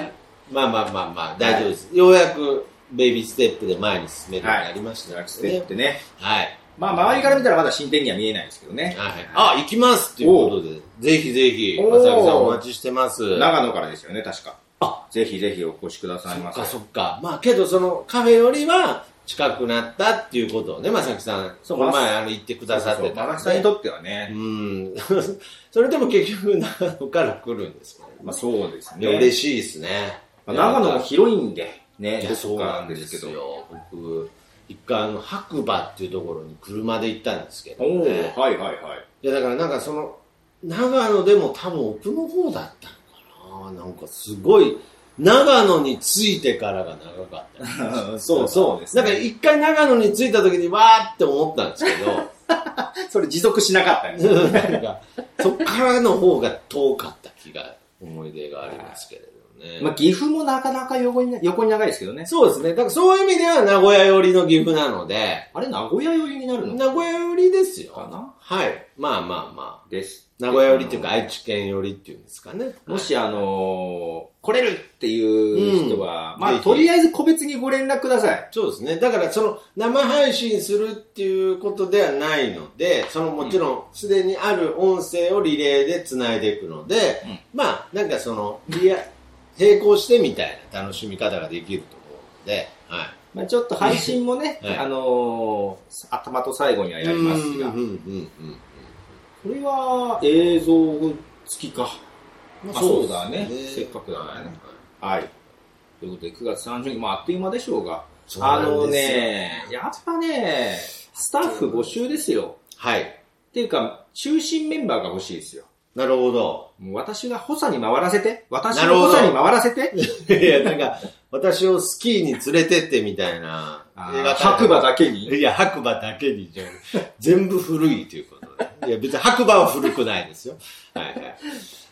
まあまあまあまあ、大丈夫です。ようやく、ベイビーステップで前に進めるようになりました学ので生ね。ってね。はい。まあ、周りから見たらまだ進展には見えないですけどね。はいあ、行きますっていうことで、ぜひぜひ、おー浅木さんお待ちしてます。長野からですよね、確か。あぜひぜひお越しくださいそっませか。そっか。まあけどそのカフェよりは近くなったっていうことをね、まさきさん、そうこのま前あの言ってくださってそうそうたマんラさんにで。とってはね、うん。 それでも結局長野から来るんですね。まあそうですいね。や、嬉しいですね。まあ長野もい広いんで、ね、や、そうなんですどっかよ。僕、一回あの、白馬っていうところに車で行ったんですけどおお、ね。はいはいはい。いや、だからなんかその、長野でも多分奥の方だったのかな。なんかすごい、長野に着いてからが長かった。そうそうです、なんか一回長野に着いた時にわーって思ったんですけど、それ持続しなかったんです なんかそっからの方が遠かった気が、思い出がありますけれどね。まあ、岐阜もなかなか横に、横に長いですけどね。そうですね。だからそういう意味では名古屋寄りの岐阜なので、あれ、名古屋寄りになるの名古屋寄りですかよ。なはい。まあまあまあ。です。名古屋寄りっていうかあの愛知県寄りっていうんですかね。もし、あのー来れるっていう人は、うんまあ、ぜひとりあえず個別にご連絡ください。そうですね。だから、その、生配信するっていうことではないので、その、もちろん、すでにある音声をリレーで繋いでいくので、うんまあ、なんかその、リア、並行してみたいな楽しみ方ができると思うので、はい。まあ、ちょっと配信もね、 はいあのー頭と最後にはやりますがうん、、うん、うん、うん。これは映像付きか。まあそうだねですせっかくだからねはいはい。ということで、9月30日、まあ、あっという間でしょうが、そうあなのんですよね、やっぱね、スタッフ募集ですよ。はい。っていうか、中心メンバーが欲しいですよ。なるほど。もう私が補佐に回らせて、私なるのほ補ど佐に回らせて、いや、なんか、私をスキーに連れてってみたいな。あ映ー画白馬だけに。いや、白馬だけにじゃなくて全部古いということで。いや、別に白馬は古くないですよ。はいはい。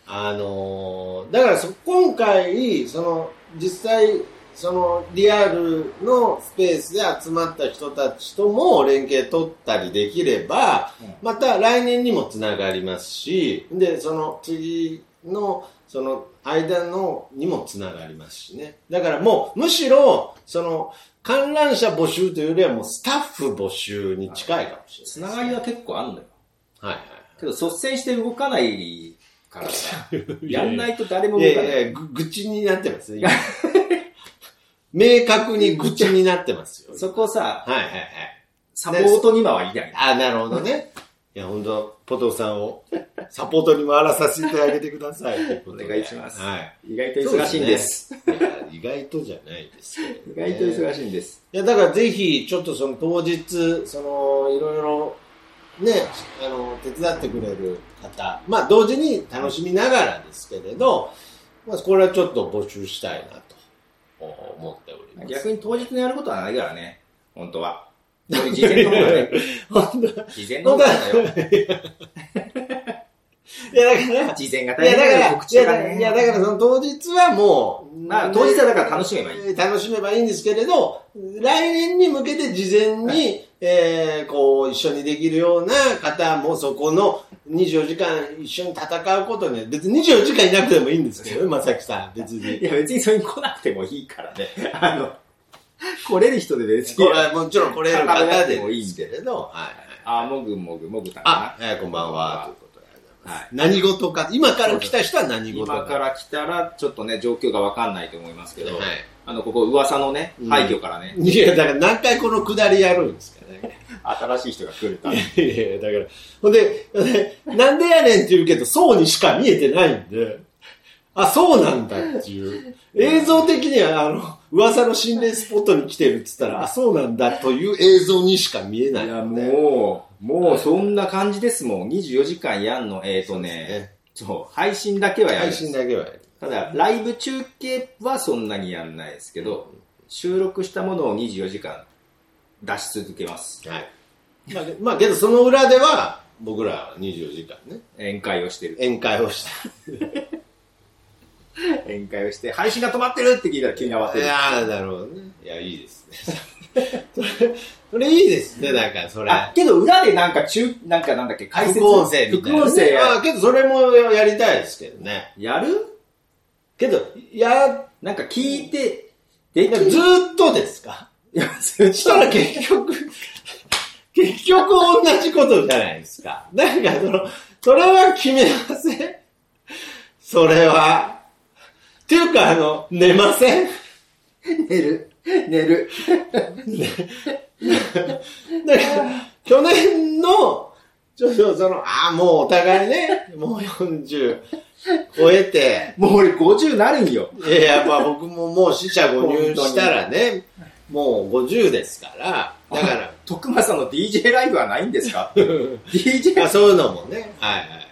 あのーだからそ、今回、その、実際、その、リアルのスペースで集まった人たちとも連携取ったりできれば、うんまた来年にもつながりますし、で、その次の、その間のにもつながりますしね。だからもう、むしろ、その、観覧者募集というよりはもうスタッフ募集に近いかもしれないですつね、ながりは結構あんのよ。はいけど、率先して動かないからさ、はい。やんないと誰もい動やかない。いや、ぐ愚痴になってます ね。今明確に愚痴になってますよ。そこさ、はいはいはい。サポートに回りたいな。あ、なるほどね。いや、本当ポトフさんをサポートに回らさせてあげてください。おお願いしますはい。意外と忙しいんです。いや意外とじゃないですけど意ね、外と忙しいんです。いや、だからぜひ、ちょっとその当日、その、いろいろ、ね、あの、手伝ってくれる方、まあ同時に楽しみながらですけれど、まあこれはちょっと募集したいなと思っております。逆に当日のやることはないからね、本当は。これ事前の方がね、本当だ事前の方がだよ。いや、だから、事前がい大や、だ変か、だからら、告い知や、がだからね。いやだからその当日はもう、まあ当日はだから楽しめばいい。えー楽しめばいいんですけれど、来年に向けて事前に、はえーこう、一緒にできるような方も、そこの24時間一緒に戦うことには、別に24時間いなくてもいいんですけ どね、まさきさん、別に。いや、別にそれに来なくてもいいからね。あ の、来れる人で別こにれ。はもちろん来れる方で戦わなくてももいいいいんんですでけれど、はいはい。あ、もぐもぐもぐさんあか、えーこんばんは、ということでありがとうございます。はい何事か、今から来た人はな。何事か。今から来たら、ちょっとね、状況がわかんないと思いますけど、はあの、ここ噂のねう、ん廃墟からね、い。いや、だから何回このくだりやるんですかね。新しい人が来るから。いやいや、だから、ほんで、ほんでなんでやねんって言うけど、そうにしか見えてないんで、あ、そうなんだっていう。映像的には、あの、噂の心霊スポットに来てるって言ったら、あ、そうなんだという映像にしか見えないいや、んで。もう、もうそんな感じですもん。24時間やんの、えっ、ー、とね、ねそう、配信だけはや配る。信だけはやる。ただ、ライブ中継はそんなにやんないですけど、収録したものを24時間出し続けます。はい。まあ、まあ、けどその裏では、僕らは24時間ね、宴会をしてる。宴会をして。宴会をして、配信が止まってるって聞いたら急に慌ている。やー、なるほどね。いや、いいですね。それ、それいいですね、なんか、それ。あ、けど裏でなんか中、なんかなんだっけ、解説。副音声みたいな。副音声やあけどそれもやりたいですけどね。やるけど、や、なんか聞いて、できずるーっとですかいや、それ したら結局、結局同じことじゃないですか。なんかその、それは決めませんそれは。っていうか、あの、寝ません寝る。寝る。だから、去年の、ちょっとその、ああ、もうお互いね、もう40超えて、もう俺50なるんよ。いや、やっぱ僕ももう死者誤入したらね、もう50ですから、だ から、徳間さんの DJ ライブはないんですか ?DJ まあ、そういうのもね、はいはいはい。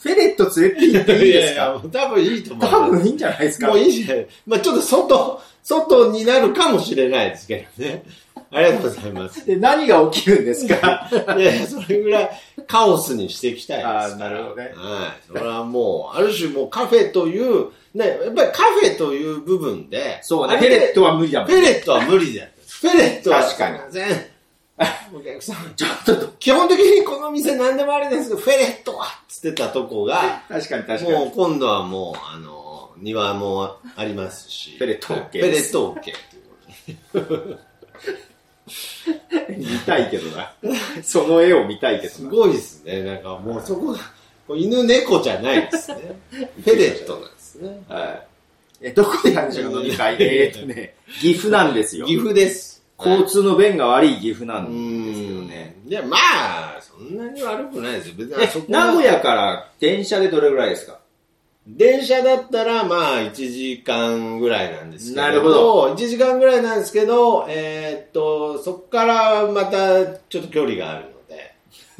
フェレット連れて行っていいですやかや多分いいと思う。多分いいんじゃないですかもういいじゃない。まあちょっと外、外になるかもしれないですけどね。ありがとうござい ます。で、何が起きるんで すかいやいや、それぐらいカオスにしていきたいですから。あーなるほどねはい。それはもう、ある種もうカフェという、ね、やっぱりカフェという部分で、そうあね。れフェレットは無理だも ん。フェレットは無理だよ。フェレットは。確かにすいません。お客さん。ちょっと、基本的にこの店何でもありですけど、フェレットはっつってたとこが、確かに確かもうに。今度はもう、あの、庭もありますし。ペレット OK ペでレすット OK ということで。見たいけどな。その絵を見たいけすどな。ごいですね。なんかもうそこが、こう犬猫じゃないです ね。ペレットなんですね。 はい。え、どこでやるんでしょうこの2回。えーとね、岐阜なんですよ。岐阜です。交通の便が悪い岐阜なうんんですよね。。いや、まあ、そんなに悪くないですよ。別にあそえこ、名古屋から電車でどれぐらいですか電車だったら、まあ、1時間ぐらいなんですけど。なるほど。 1時間ぐらいなんですけど、えーっと、そこからまたちょっと距離がある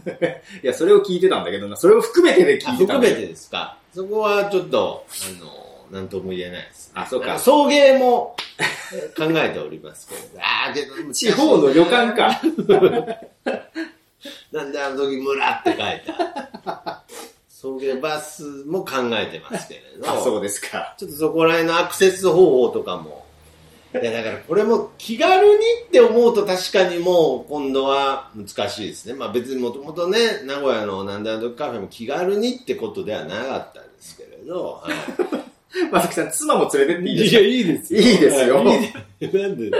ので。いや、それを聞いてたんだけどな。それを含めてで聞いてたあんだ含けどめてですか。そこはちょっと、あの、なんとも言えないです、あそうか送迎も え考えておりますけど。ああ、けど、地方の旅館か。なんであの時村って書いた。 送迎バスも考えてますけれど。あ、そうですか。 ちょっとそこら辺のアクセス方法とかも。いや、だからこれも気軽にって思うと確かにもう今度は難しいですね。まあ別にもともとね、名古屋のなんであの時カフェも気軽にってことではなかったんですけれど。はいまさきさん、妻も連れてっていいですかや、 いいですよいいですよ。いいなんで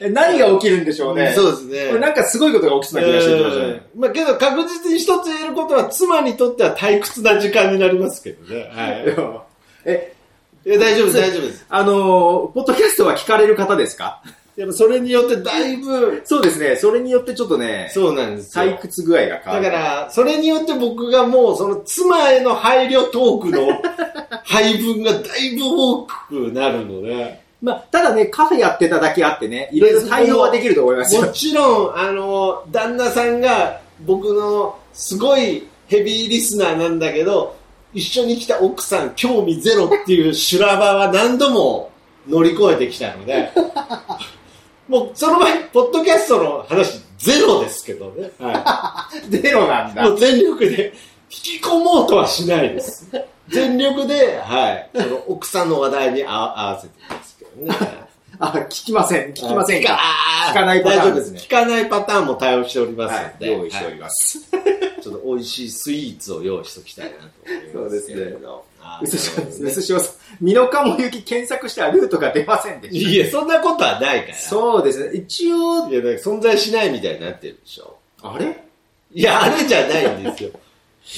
え何が起きるんでしょうね。そうですね。これなんかすごいことが起きそうな気がしてきましたね。うんまあけど確実に一つ言えることは、妻にとっては退屈な時間になりますけどね。 はい。 え、いや、大丈夫です、大丈夫です。あのーポッドキャストは聞かれる方ですかやっぱそれによってだいぶ、そうですね。それによってちょっとね、そうなんですよ。採掘具合が変わだる。か、ら、それによって僕がもう、その妻への配慮トークの 配分がだいぶ多くなるので、まあ、ただね、カフェやってただけあってね、いろいろ対応はできると思いますもよ。ちろん、あの、旦那さんが僕のすごいヘビーリスナーなんだけど、一緒に来た奥さん興味ゼロっていう修羅場は何度も乗り越えてきたの で、もうその場合、ポッドキャストの話ゼロですけどね。はいゼロなんもだ。う全力で、引き込もうとはしないです。全力で、はい、その奥さんの話題に合わ合わせてますけどね。あ、聞きま せん。聞きませんか。あー聞かないパターンですね大丈夫聞かないパターンも対応しておりますはのい。で、用意しております。はいちょっと美味しいスイーツを用意しておきたいなと思いますけれど。あーうすしなるほどねうすしおさん、美濃加茂行き検索したらルートが出ませんでしいや、そんなことはないかた。ら。そうですね。一応、いや、なんか存在しないみたいになってるでしょ。あれいや、あれじゃないんです よ。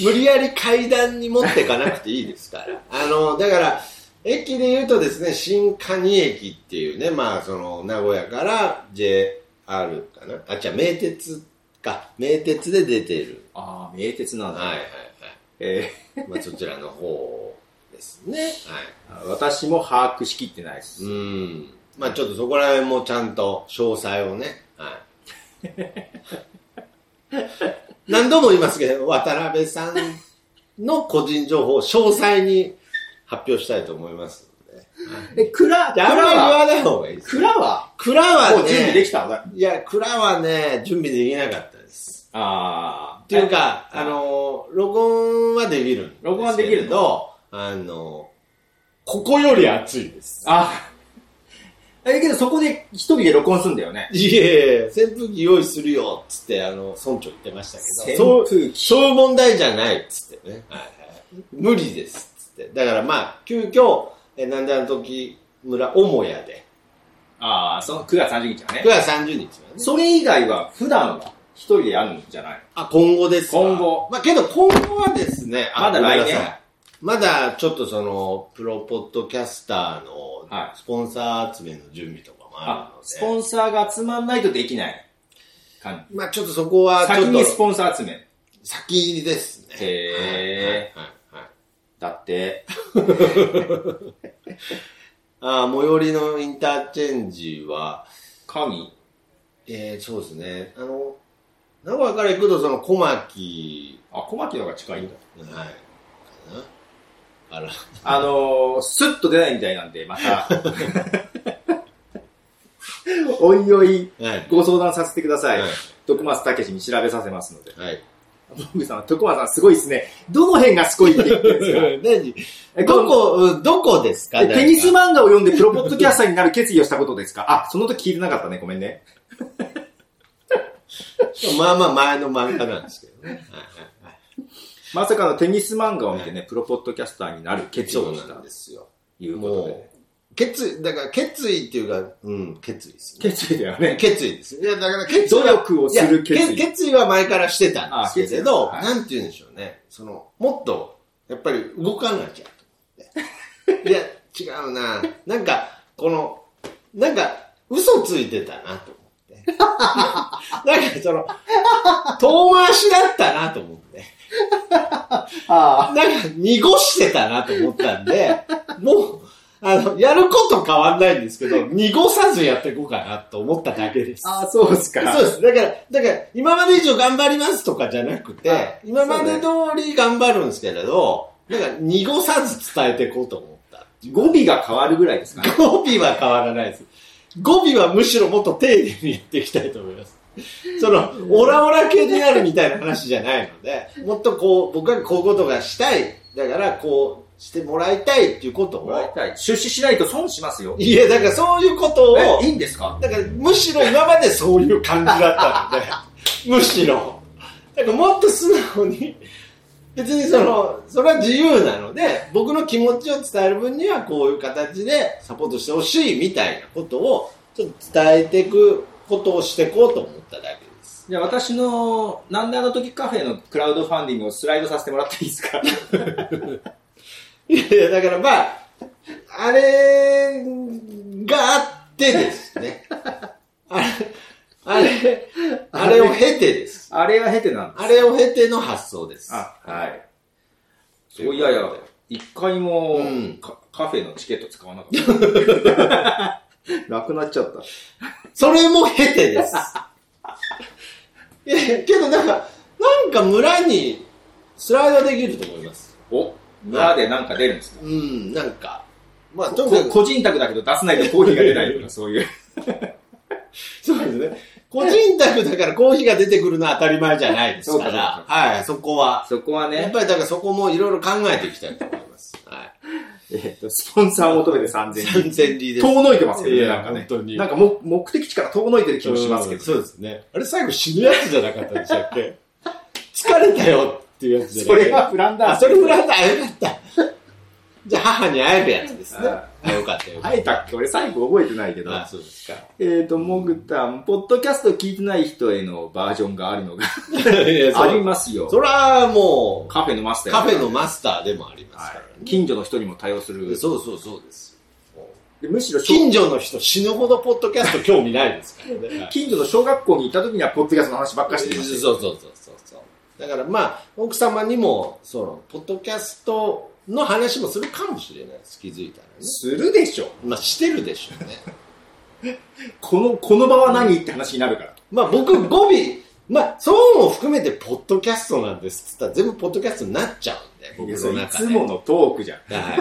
無理やり階段に持ってかなくていいですから。あの、だから、駅で言うとですね、新蟹駅っていうね、まあ、その、名古屋から JR かな。あ、じゃ名鉄か。名鉄で出てる。ああ、名鉄なんだ。はいはいえはい。まあ、そちらの方ですね。はい。ー私も把握しきってないです。うん。まあ、ちょっとそこら辺もちゃんと詳細をね。 はい。何度も言いますけど、渡辺さんの個人情報を詳細に発表したいと思いますので。え、蔵、じ蔵ゃあ、あんまり言は、わない方がいいです。蔵は、蔵はもう準備でね、きたのだ。いや、蔵はね、準備できなかったです。ああ。っていう、か、えあの、録音はできるんですけれど。録音はできるど、あの、ここより暑いです。ああ。え、けどそこで一人で録音するんだよね。いえいえ、扇風機用意するよっつって、あの、村長言ってましたけど、そ扇う、風機そういう問題じゃないっつってね、はいはい、無理ですっつって。だからまあ、急遽、えなんであの時、村母屋で、ああ、その9月30日はね9。月30日はね、それ以外は、普段は、一人でやるんじゃないあ、今後ですか今後。まあけど今後はですね、あまだ来。ごめんなさ年い。まだちょっとその、プロポッドキャスターのは、スポンサー集めの準備とかもああるので。スポンサーが集まんないとできない感じ。まあちょっとそこは、ち先ょっにスと、ポンサー集め。先ですね。へはいはいはい。だって、ああ、最寄りのインターチェンジは、神えー、そうですね。あの、名古屋から行くとその小牧、あ、小牧の方が近いんだ。はい。かなあら、あのー、スッと出ないみたいなんで、また。 おいおい、はい。ご相談させてくださいはい。徳松武史に調べさせますので。はい。徳松さん、徳松さんすごいですね。どの辺がすごいって言ってるん ですか何 えどこ、うんどこですかえテニス漫なんか画を読んでプロポッドキャスターになる決意をしたことですかあ、その時聞いてなかったね。ごめんね。まあまあ前の漫画なんですけどね。はいはいはいまさかのテニス漫画を見てね、プロポッドキャスターになる決意そをうしたなんとですよ。いうことでもね。う、決意、だから決意っていうか、うん、決意ですね。決意だよね。決意です。いや、だから決意 努は力をする決いやけ意。決意は前からしてたんですけれど、あ決意はいなんて言うんでしょうね。その、もっと、やっぱり動かなきゃと思って。いや、違うな。なんか、この、なんか、嘘ついてたなと思って。なんか、その、遠回しだったなと思って。あなんか、濁してたなと思ったんで、もう、あの、やること変わんないんですけど、濁さずやっていこうかなと思っただけです。あ、そうですか。 そうです。だから、だから、今まで以上頑張りますとかじゃなくはてい、今まで通り頑張るんですけれど、だから、濁さず伝えていこうと思った。語尾が変わるぐらいですかね。語尾は変わらないです。語尾はむしろもっと丁寧にやっていきたいと思います。その、オラオラ系になるみたいな話じゃないので、もっとこう、僕はこういうことがしたい。だから、こう、してもらいたいっていうこともらいを、たい。出資しないと損しますよ。いや、だからそういうことを、え、いいんですかだからむしろ今までそういう感じだったので、むしろ。だからもっと素直に、別にその、それは自由なので、僕の気持ちを伝える分にはこういう形でサポートしてほしいみたいなことを、ちょっと伝えていくことをしていこうと思っただけです。じゃあ私の、なんであの時カフェのクラウドファンディングをスライドさせてもらっていいですかいやいや、だからまあ、あれがあってですね。あれ、あれ、あれを経てです。 あれはヘテなんです。あれを経ての発想です。あ、はい。そういやいや、一回も、うんカカフェのチケット使わなかった。 なくなっちゃった。それも経てです。 いやいや、けどなんか、なんか村にスライドできると思います。お裏でなんか出るんですかうん、なんか。まあ、とにかこく、個人宅だけど出さないとコーヒーが出ないとか、そういう。 そうですね。個人宅だからコーヒーが出てくるのは当たり前じゃないですかそうかそらう、はい、そこは。 そこはやっね、ぱりだからそこもいろいろ考えていきたいと思います。はい。えっと、スポンサーを求めて3000完 人。全にです。遠のいてますけどいね、やなんかね。本当になんかも目的地から遠のいてる気もしますけど。そうですね。あれ最後死ぬやつじゃなかったでしたっ け疲れたよっていうやつじゃなそいれがフランダーあ、ス。それぐらいだ、よかった。じゃあ、母に会えるやつですね。ああよかったよかっ会えたっけ俺最後覚えてないけど。た。あ、そうですか。えっ、ー、と、もぐたん、ポッドキャスト聞いてない人へのバージョンがあるのがいや、ありそますよ。そら、もカフェのマスう、ターカフェのママスターでもありますはからい。ね。近所の人にも対応する。そうそうそうです。でむしろ小、近所の人死ぬほどポッドキャスト興味ないですからね。はい近所の小学校に行った時には、ポッドキャストの話ばっかりしてそうましそうそうそうそう。だからまあ、奥様にも、その、ポッドキャストの話もするかもしれないです。気づいたらた。ね。するでしょ。まあ、してるでしょうね。この、この場は何って話になるから。まあ僕語尾、まあそうも含めてポッドキャストなんですっつったら全部ポッドキャストになっちゃうんで、僕いやのそれい中つで。ものトークじゃん。はい。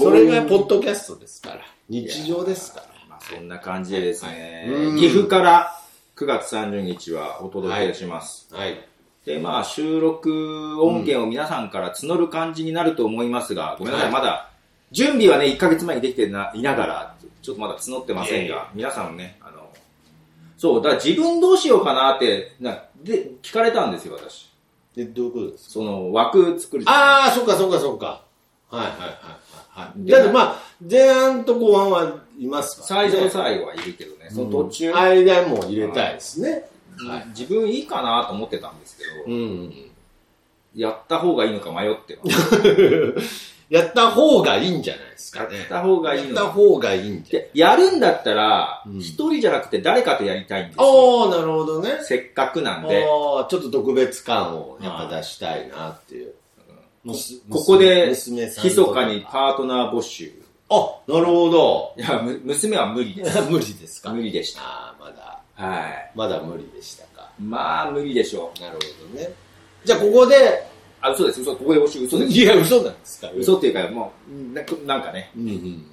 それがポッドキャストですから、日常ですから。まあ、そんな感じでですね、はいうん岐阜から9月30日はお届けします。はい。で、まあ、収録音源を皆さんから募る感じになると思いますが、ごめんなさ、はいいまだ、準備はね、1ヶ月前にできてないながら、ちょっとまだ募ってませんいやいが、皆さんね、あの、そう、だから自分どうしようかなって、なで、聞かれたんですよ、私。で、どういうことですかその、枠作る。ああ、そっかそっかそっか。はいはいはいはいはい。でだってまあ、前半と後半はいますから、最ね。初の最後はいるけどね、その途中、間も入れたいですね。はい自分いいかなと思ってたんですけど、うん。やった方がいいのか迷ってます。やった方がいいんじゃないですかね。やった方がいいやのっかた方がいいんじゃないでやるんだったら、うん一人じゃなくて誰かとやりたいんですよ。ああ、なるほどね。せっかくなあんあで。ー、ちょっと特別感をやっぱ出したいなっていう。むすここで娘娘さんと密かにパートナー募集。あ、なるほど。いや、む娘は 無理です。 無理ですか無理でした。ああ、まだ、はい。まだ無理でしたか。まあ、無理でしょう。なるほどね。じゃあ、ここで、あ、嘘です、嘘。ここで募集、嘘です。いや、嘘なんですか嘘っていうか、もう、ななんかね、うんうん。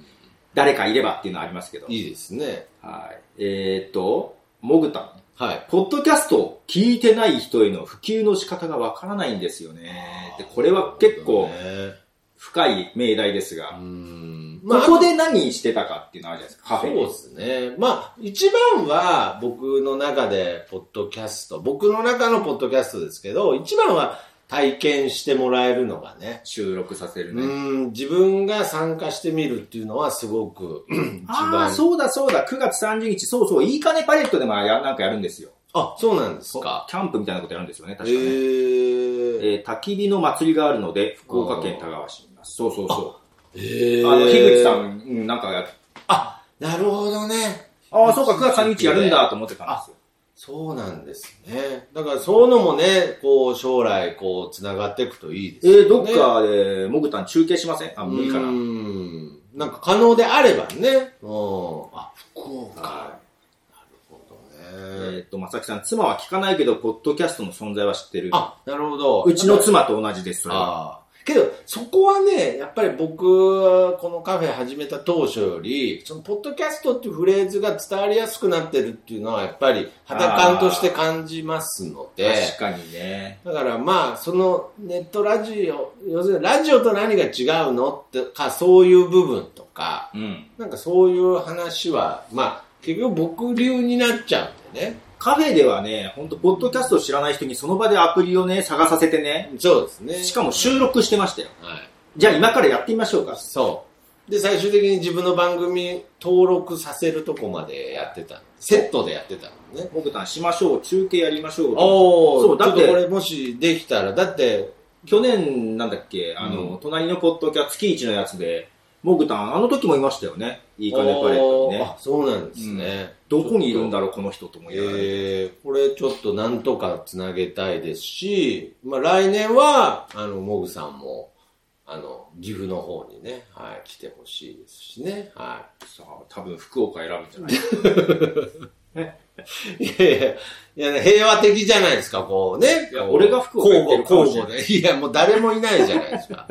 誰かいればっていうのはありますけど。いいですね。はい。えーっと、もぐたん。はい。ポッドキャストを聞いてない人への普及の仕方がわからないんですよね。で、これは結構ね深い命題ですうが、ん。ここで何してたかっていうのはあるじゃないですか、カフそうェでに。すね。まあ、一番は僕の中で、ポッドキャスト、僕の中のポッドキャストですけど、一番は体験してもらえるのがね、収録させるうね。ん、自分が参加してみるっていうのはすごく、うん一ああ、番。そうだそうだ、9月30日、そうそう、いいかねパレットでもやなんかやるんですよ。あ、そうなんですキか。ャンプみたいなことやるんですよね、へ確かね。えー。ー焚き火の祭りがあるので、福岡県田川市にいます。そうそうそえう。ー。あの、樋口さん、うん、なんかやっあ、なるほどね。ああ、そうか、9月30日やるんだと思ってたんですよ。そうなんですね。だから、そういうのもね、こう、将来、こう、繋がっていくといいですえよね。ー、どっかで、もぐたん中継しませんあ、無理かうな。ん。なんか可能であればね。うん。あ、福岡。はなるほいえどね。ーっと、まさきさん、妻は聞かないけど、ポッドキャストの存在は知ってる。あ、なるほど。うちの妻と同じです、それは。ああ。けど、そこはね、やっぱり僕、このカフェ始めた当初より、その、ポッドキャストっていうフレーズが伝わりやすくなってるっていうのは、やっぱり、肌感として感じますので。確かにね。だからまあ、そのネットラジオ、要するにラジオと何が違うのってか、そういう部分とか、うん。なんかそういう話は、まあ、結局僕流になっちゃうんでね。カフェではね、ほんと、ポッドキャストを知らない人にその場でアプリをね、探させてね、そうですね。しかも収録してましたよ。はい。じゃあ今からやってみましょうか。そう。で、最終的に自分の番組登録させるとこまでやってた。セットでやってたのね。もぐたんしましょう、中継やりましょう。おそそうう、だだっってて。これもしできたら、だって、去年、なんだっけ、あの、う隣のポッドキャスト、月一のやつで、もぐたん、あの時もいましたよね。いいかねパレットにおーね。あ、そうなんですね。どこにいるんだろう、この人と思いながら。えーこれちょっとなんとかつなげたいですし、まあ、来年は、あの、モグさんも、あの、岐阜の方にね、はい、来てほしいですしね、はさあ、多分福岡選ぶんじゃないい。いやいや、いやね、平和的じゃないですか、こうね。いやこう俺が福岡行ってるかもしれ交互、交互で。いや、もう誰もいないじゃないですか。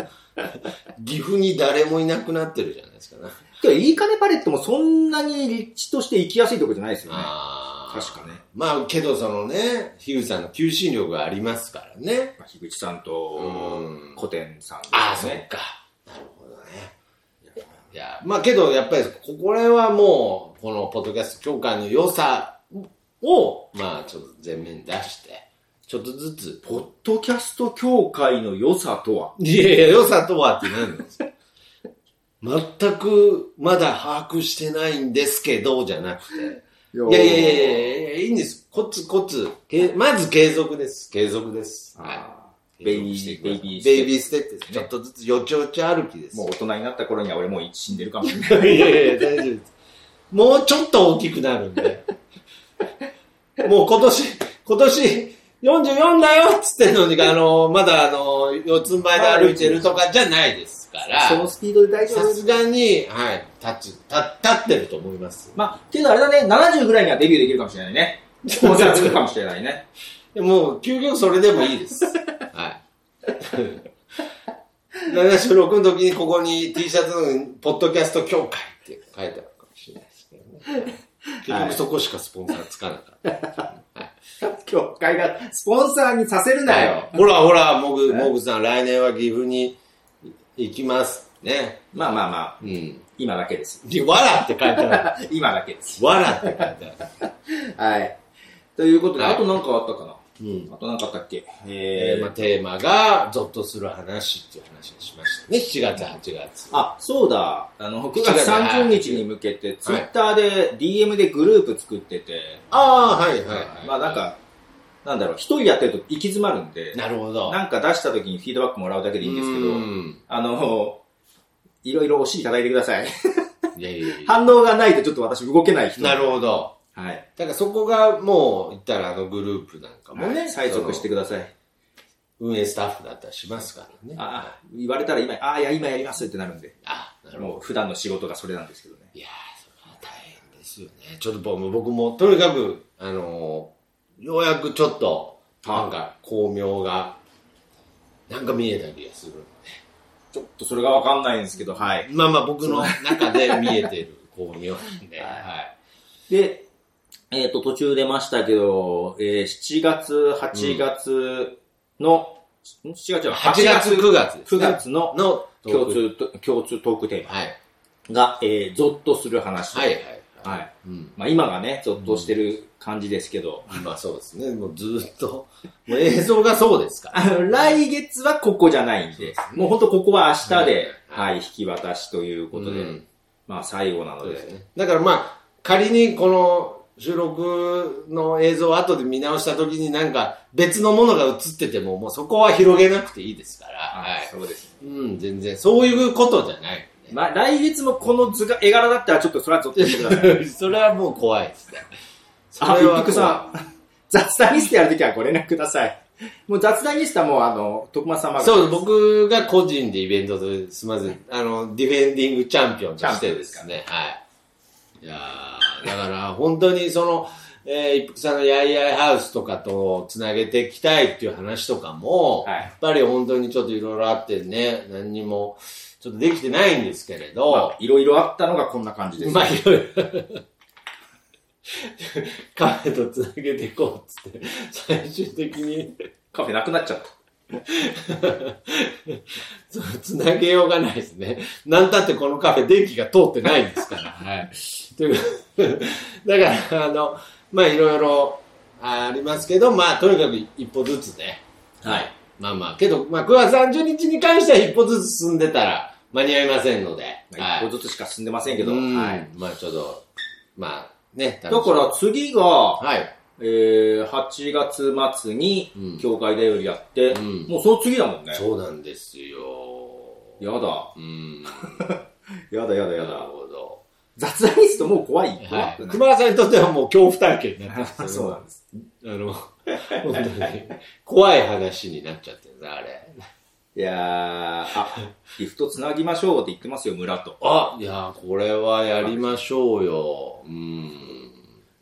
岐阜に誰もいなくなってるじゃないですかね。でもいいかねパレットもそんなに立地として行きやすいとこじゃないですよね。あー確かね。まあ、けどそのね、樋口さんの求心力がありますからね。まあ樋口さんうとん、古典さんですね。ああ、そっか。なるほどね。いや、まあけど、やっぱり、ここれはもう、このポッドキャスト協会の良さを、まあ、ちょっと前面に出して、ちょっとずつ、ポッドキャスト協会の良さとはいやいや、良さとはって何なんですか全く、まだ把握してないんですけど、じゃなくて。いいやいやいやや。いやいや、いいんです。コツコツ、けまず継続です。継続です。はあい。ーベイビ継ー、続ベしイていビーくスベテップ。イビーステップです。ちょっとずつ、よちよち歩きです。もう大人になった頃には俺もう死んでるかもしれない。いやいや、大丈夫です。もうちょっと大きくなるんで。もう今年、今年、44だよっつってんのに、あの、まだあの、四つん這いで歩いてるとかじゃないですから、 そのさスピードで大丈夫すがに、はい、立つ、立立ってると思います。まあ、けどあれだね、70ぐらいにはデビューできるかもしれないね。コンサートつくかもしれないね。もう、究極それでもいいです。はい。76の時にここに T シャツの上にポッドキャスト協会って書いてあるかもしれないですけどね。結局そこしかスポンサーつかなかった。協会がスポンサーにさせるなよ。 ほらほら、モグ、ねモグさん、来年は岐阜に行きます。ね。まあまあまあ、うん。今だけです。でわらって書いて あ今だけです。る。わらって書いてあはい。ということで、はいあと何かあったかなる。うん。あと何かあったっけえー、えーまあ、テーマが、ゾッとする話っていう話をしましたね。7月、8月。あ、そうだ。あの、9月月30日に向けて、ツイッターで DM でグループ作ってて、ああ、はいはい、はい。まあなん、か、なんだろう、一人やってると行き詰まるんで、なるほど。なんか出した時にフィードバックもらうだけでいいんですけど、うんあの、いろいろお尻叩いてください。 いやいやいや。反応がないとちょっと私動けない人。なるほど。はい。だからそこがもう、言ったらあのグループなんかももうね、ね、催促してください。運営スタッフだったりしますからね。ああ、言われたら今、ああ、いや、今やりますってなるんで。あ、なるほど。もう普段の仕事がそれなんですけどね。いやー、それは大変ですよね。ちょっと僕僕も、とにかく、あのーようやくちょっと、はいなんか、巧妙が、なんか見えた気がする。ちょっとそれがわかんないんですけど、はい。まあまあ僕の中で見えてる巧妙なん で、はいはい。で、えっ、と、途中出ましたけど、えー、7月、8月の、ん7月は8月、9月です9ね。月のの共通と、共通トークテーはい。マが、えー、ゾッとする話。はいはい。はい。うん。まあ今がね、ゾッとしてる感じですけど、まあそうですね。もうずーっと、もう映像がそうですから。あの、来月はここじゃないんそうでで、すねもうほんとここは明日で、ははい、引き渡しということで、うんまあ最後なそのうでですね。だからまあ、仮にこの収録の映像を後で見直した時になんか別のものが映っててももうそこは広げなくていいですから。ははいい。そうですね。うん、全然。そういうことじゃない、 ね。まあ来月もこの図が絵柄だったらちょっとそれはゾッとしてください。 それはもう怖いですね。 そあ、れ一は服さん。雑談リストやるときはご連絡ください。もう雑談リストはもうあの、徳間様怖が。いそう、僕が個人でイベントで、すみません、あの、ディフェンディングチャンピオンとしてですね、はい。いやーだから、本当にその、えー一服さんのやいやいハウスとかとつなげていきたいっていう話とかも、はいやっぱり本当にちょっといろいろあってね、何にも、ちょっとできてないんですけれど、まあいろいろあったのがこんな感じです。まあ、いろいろ。 カフェとつなげていこうっつって、最終的に、カフェなくなっちゃった。 そうつなげようがないですね。なんたってこのカフェ電気が通ってないんです から。はい。という ことでだから、あの、まあいろいろありますけど、まあとにかく一歩ずつね。はい。まあまあ、けど、まあ9月30日に関しては一歩ずつ進んでたら間に合いませんので。まあ一歩ずつずつしか進んでませんけど。うんはい。まあちょっと、まあね。だ楽しかみら次が、はい。えー、8月末にうん、教会でよりやって、うんもうその次だもんね。そうなんですよ。やだ。うん。やだやだやなるだ。ほど。雑談リストもう怖い。怖はくい。ない熊田さんにとってはもう恐怖体験になってます そうなんです。あの、本当に、怖い話になっちゃってるな、あれ。いやー、あ、リフトつなぎましょうって言ってますよ、村と。あいや、これはやりましょうよ。うん。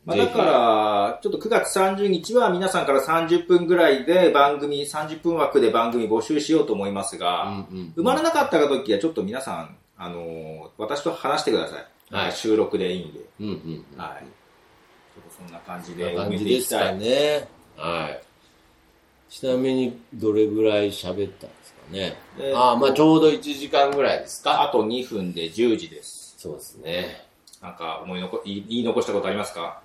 まあ、ぜだひから、ちょっと9月30日は皆さんから30分ぐらいで番組、30分枠で番組募集しようと思いますうが、んうん、埋まらなかった時はちょっと皆さん、あのー私と話してください。はい収録でいいんで。うんうん。はい。ちょっとそんな感じこんでな埋感めじてでいきすたかい。ね。はい。ちなみに、どれぐらい喋ったんですかね。えーああ、まあちょうど1時間ぐらいですか。あと2分で10時です。そうですね。なんか思い残、言い言い残したことありますか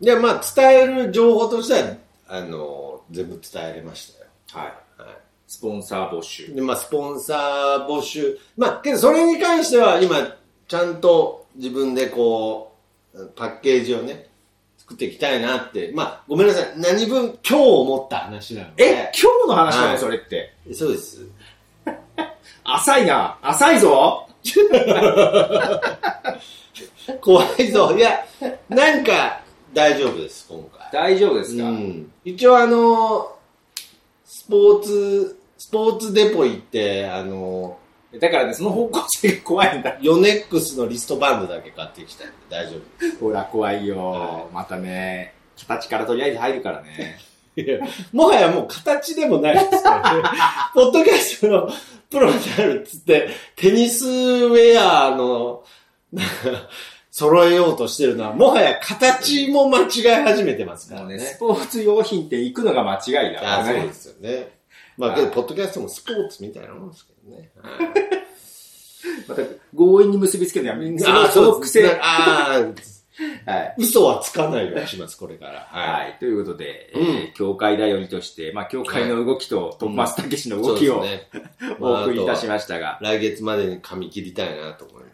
で、まあ、伝える情報としては、あの、全部伝えれましたよ。はい。はいスポンサー募集。で、まあ、スポンサー募集。まあ、けど、それに関しては、今、ちゃんと自分でこう、パッケージをね、作っていきたいなって。まあ、ごめんなさい。何分、今日思った話なので。え、今日の話なはのいそれって。そうです。浅いな。浅いぞ怖いぞ。いや、なんか、大丈夫です、今回。大丈夫ですか、うん、一応あの、スポーツ、スポーツデポ行って、あの、だからね、その方向性が怖いんだ。ヨネックスのリストバンドだけ買ってきたんで大丈夫で ほら、怖いよ、はまたね、形からとりあえず入るからね。す。いや、もはやもう形でもないです からね。ポッドキャストのプロになるっつって、テニスウェアの、 なんか揃えようとしてるのは、もはや形も間違い始めてますかもらうね。ね、スポーツ用品って行くのが間違いだあかあそらうねで。すよね。まあ、けど、ポッドキャストもスポーツみたいなもんですけどね。はいまた強引に結びつけるのやめて。ああ、そのそうです癖。ねは。ああ、い。嘘はつかないようにします、これから。。はいい。ということで、うんえー教会だよりとして、まあ、教会の動きと、トッマスたけしのそ動うきですを、ね。 お送りいたしましたが、来月までに噛み切りたいなと思いま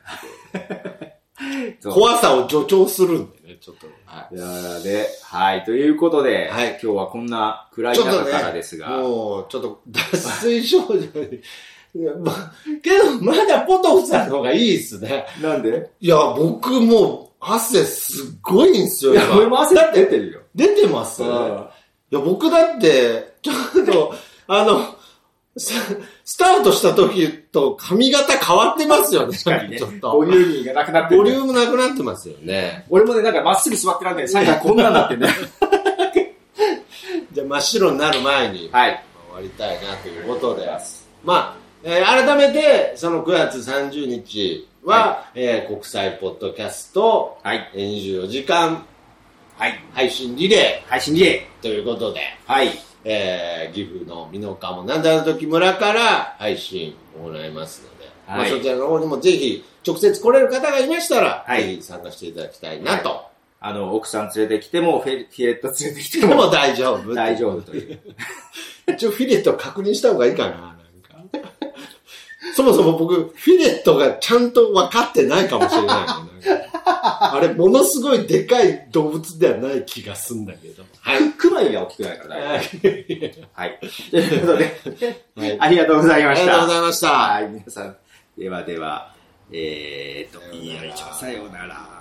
す。そう 怖さを助長するんでね、ちょっとね。はいやで、はい、ということで、はい今日はこんな暗い中からですが、もう、ちょっと、脱水症状に。いやま、けど、まだポトフさんの方がいいですね。なんでいや、僕もう、汗すっごいんですいよ、や、俺今。も汗出てるよ。出てます、うんいや、僕だって、ちょっと、 あの、ススタートした時と髪型変わってますよね。確かにねちょっ、と。ボボリリューミーがなくなってる。ュームなくなってますよね。俺もね、なんかまっすぐ座ってらんない。最後はこんなんなってんだよ。じゃあ真っ白になる前に はい。終わりたいなということで。まあ、えー改めて、その9月30日は、えー国際ポッドキャストはい。えー24時間はい。配信リレ配信リレーということで、ー。はい。えー岐阜の美濃加もなんだの時村から配信を行いますので、はいまあ、そちらの方にもぜひ直接来れる方がいましたら、はいぜひ参加していただきたいなと。あの、奥さん連れてきても、フェフィレット連れてきてでもも大丈夫。 大丈夫という。一応フィレット確認した方がいいかな。なんかそもそも僕、フィレットがちゃんと分かってないかもしれないなんか。あれ、ものすごいでかい動物ではない気がすんだけど。はい。クマよりは大きくないから大丈はい夫。はい。 ということで、はいありがとうございあまりしがとうごた。ざいました。はい、皆さん。ではでは、えーっと、さようならいや、一応さようなら。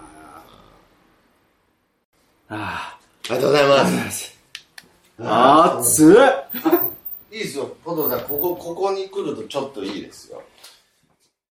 あありがとうございます。あ、熱っいいですよ。ポトさん、ここ、ここに来るとちょっといいですよ。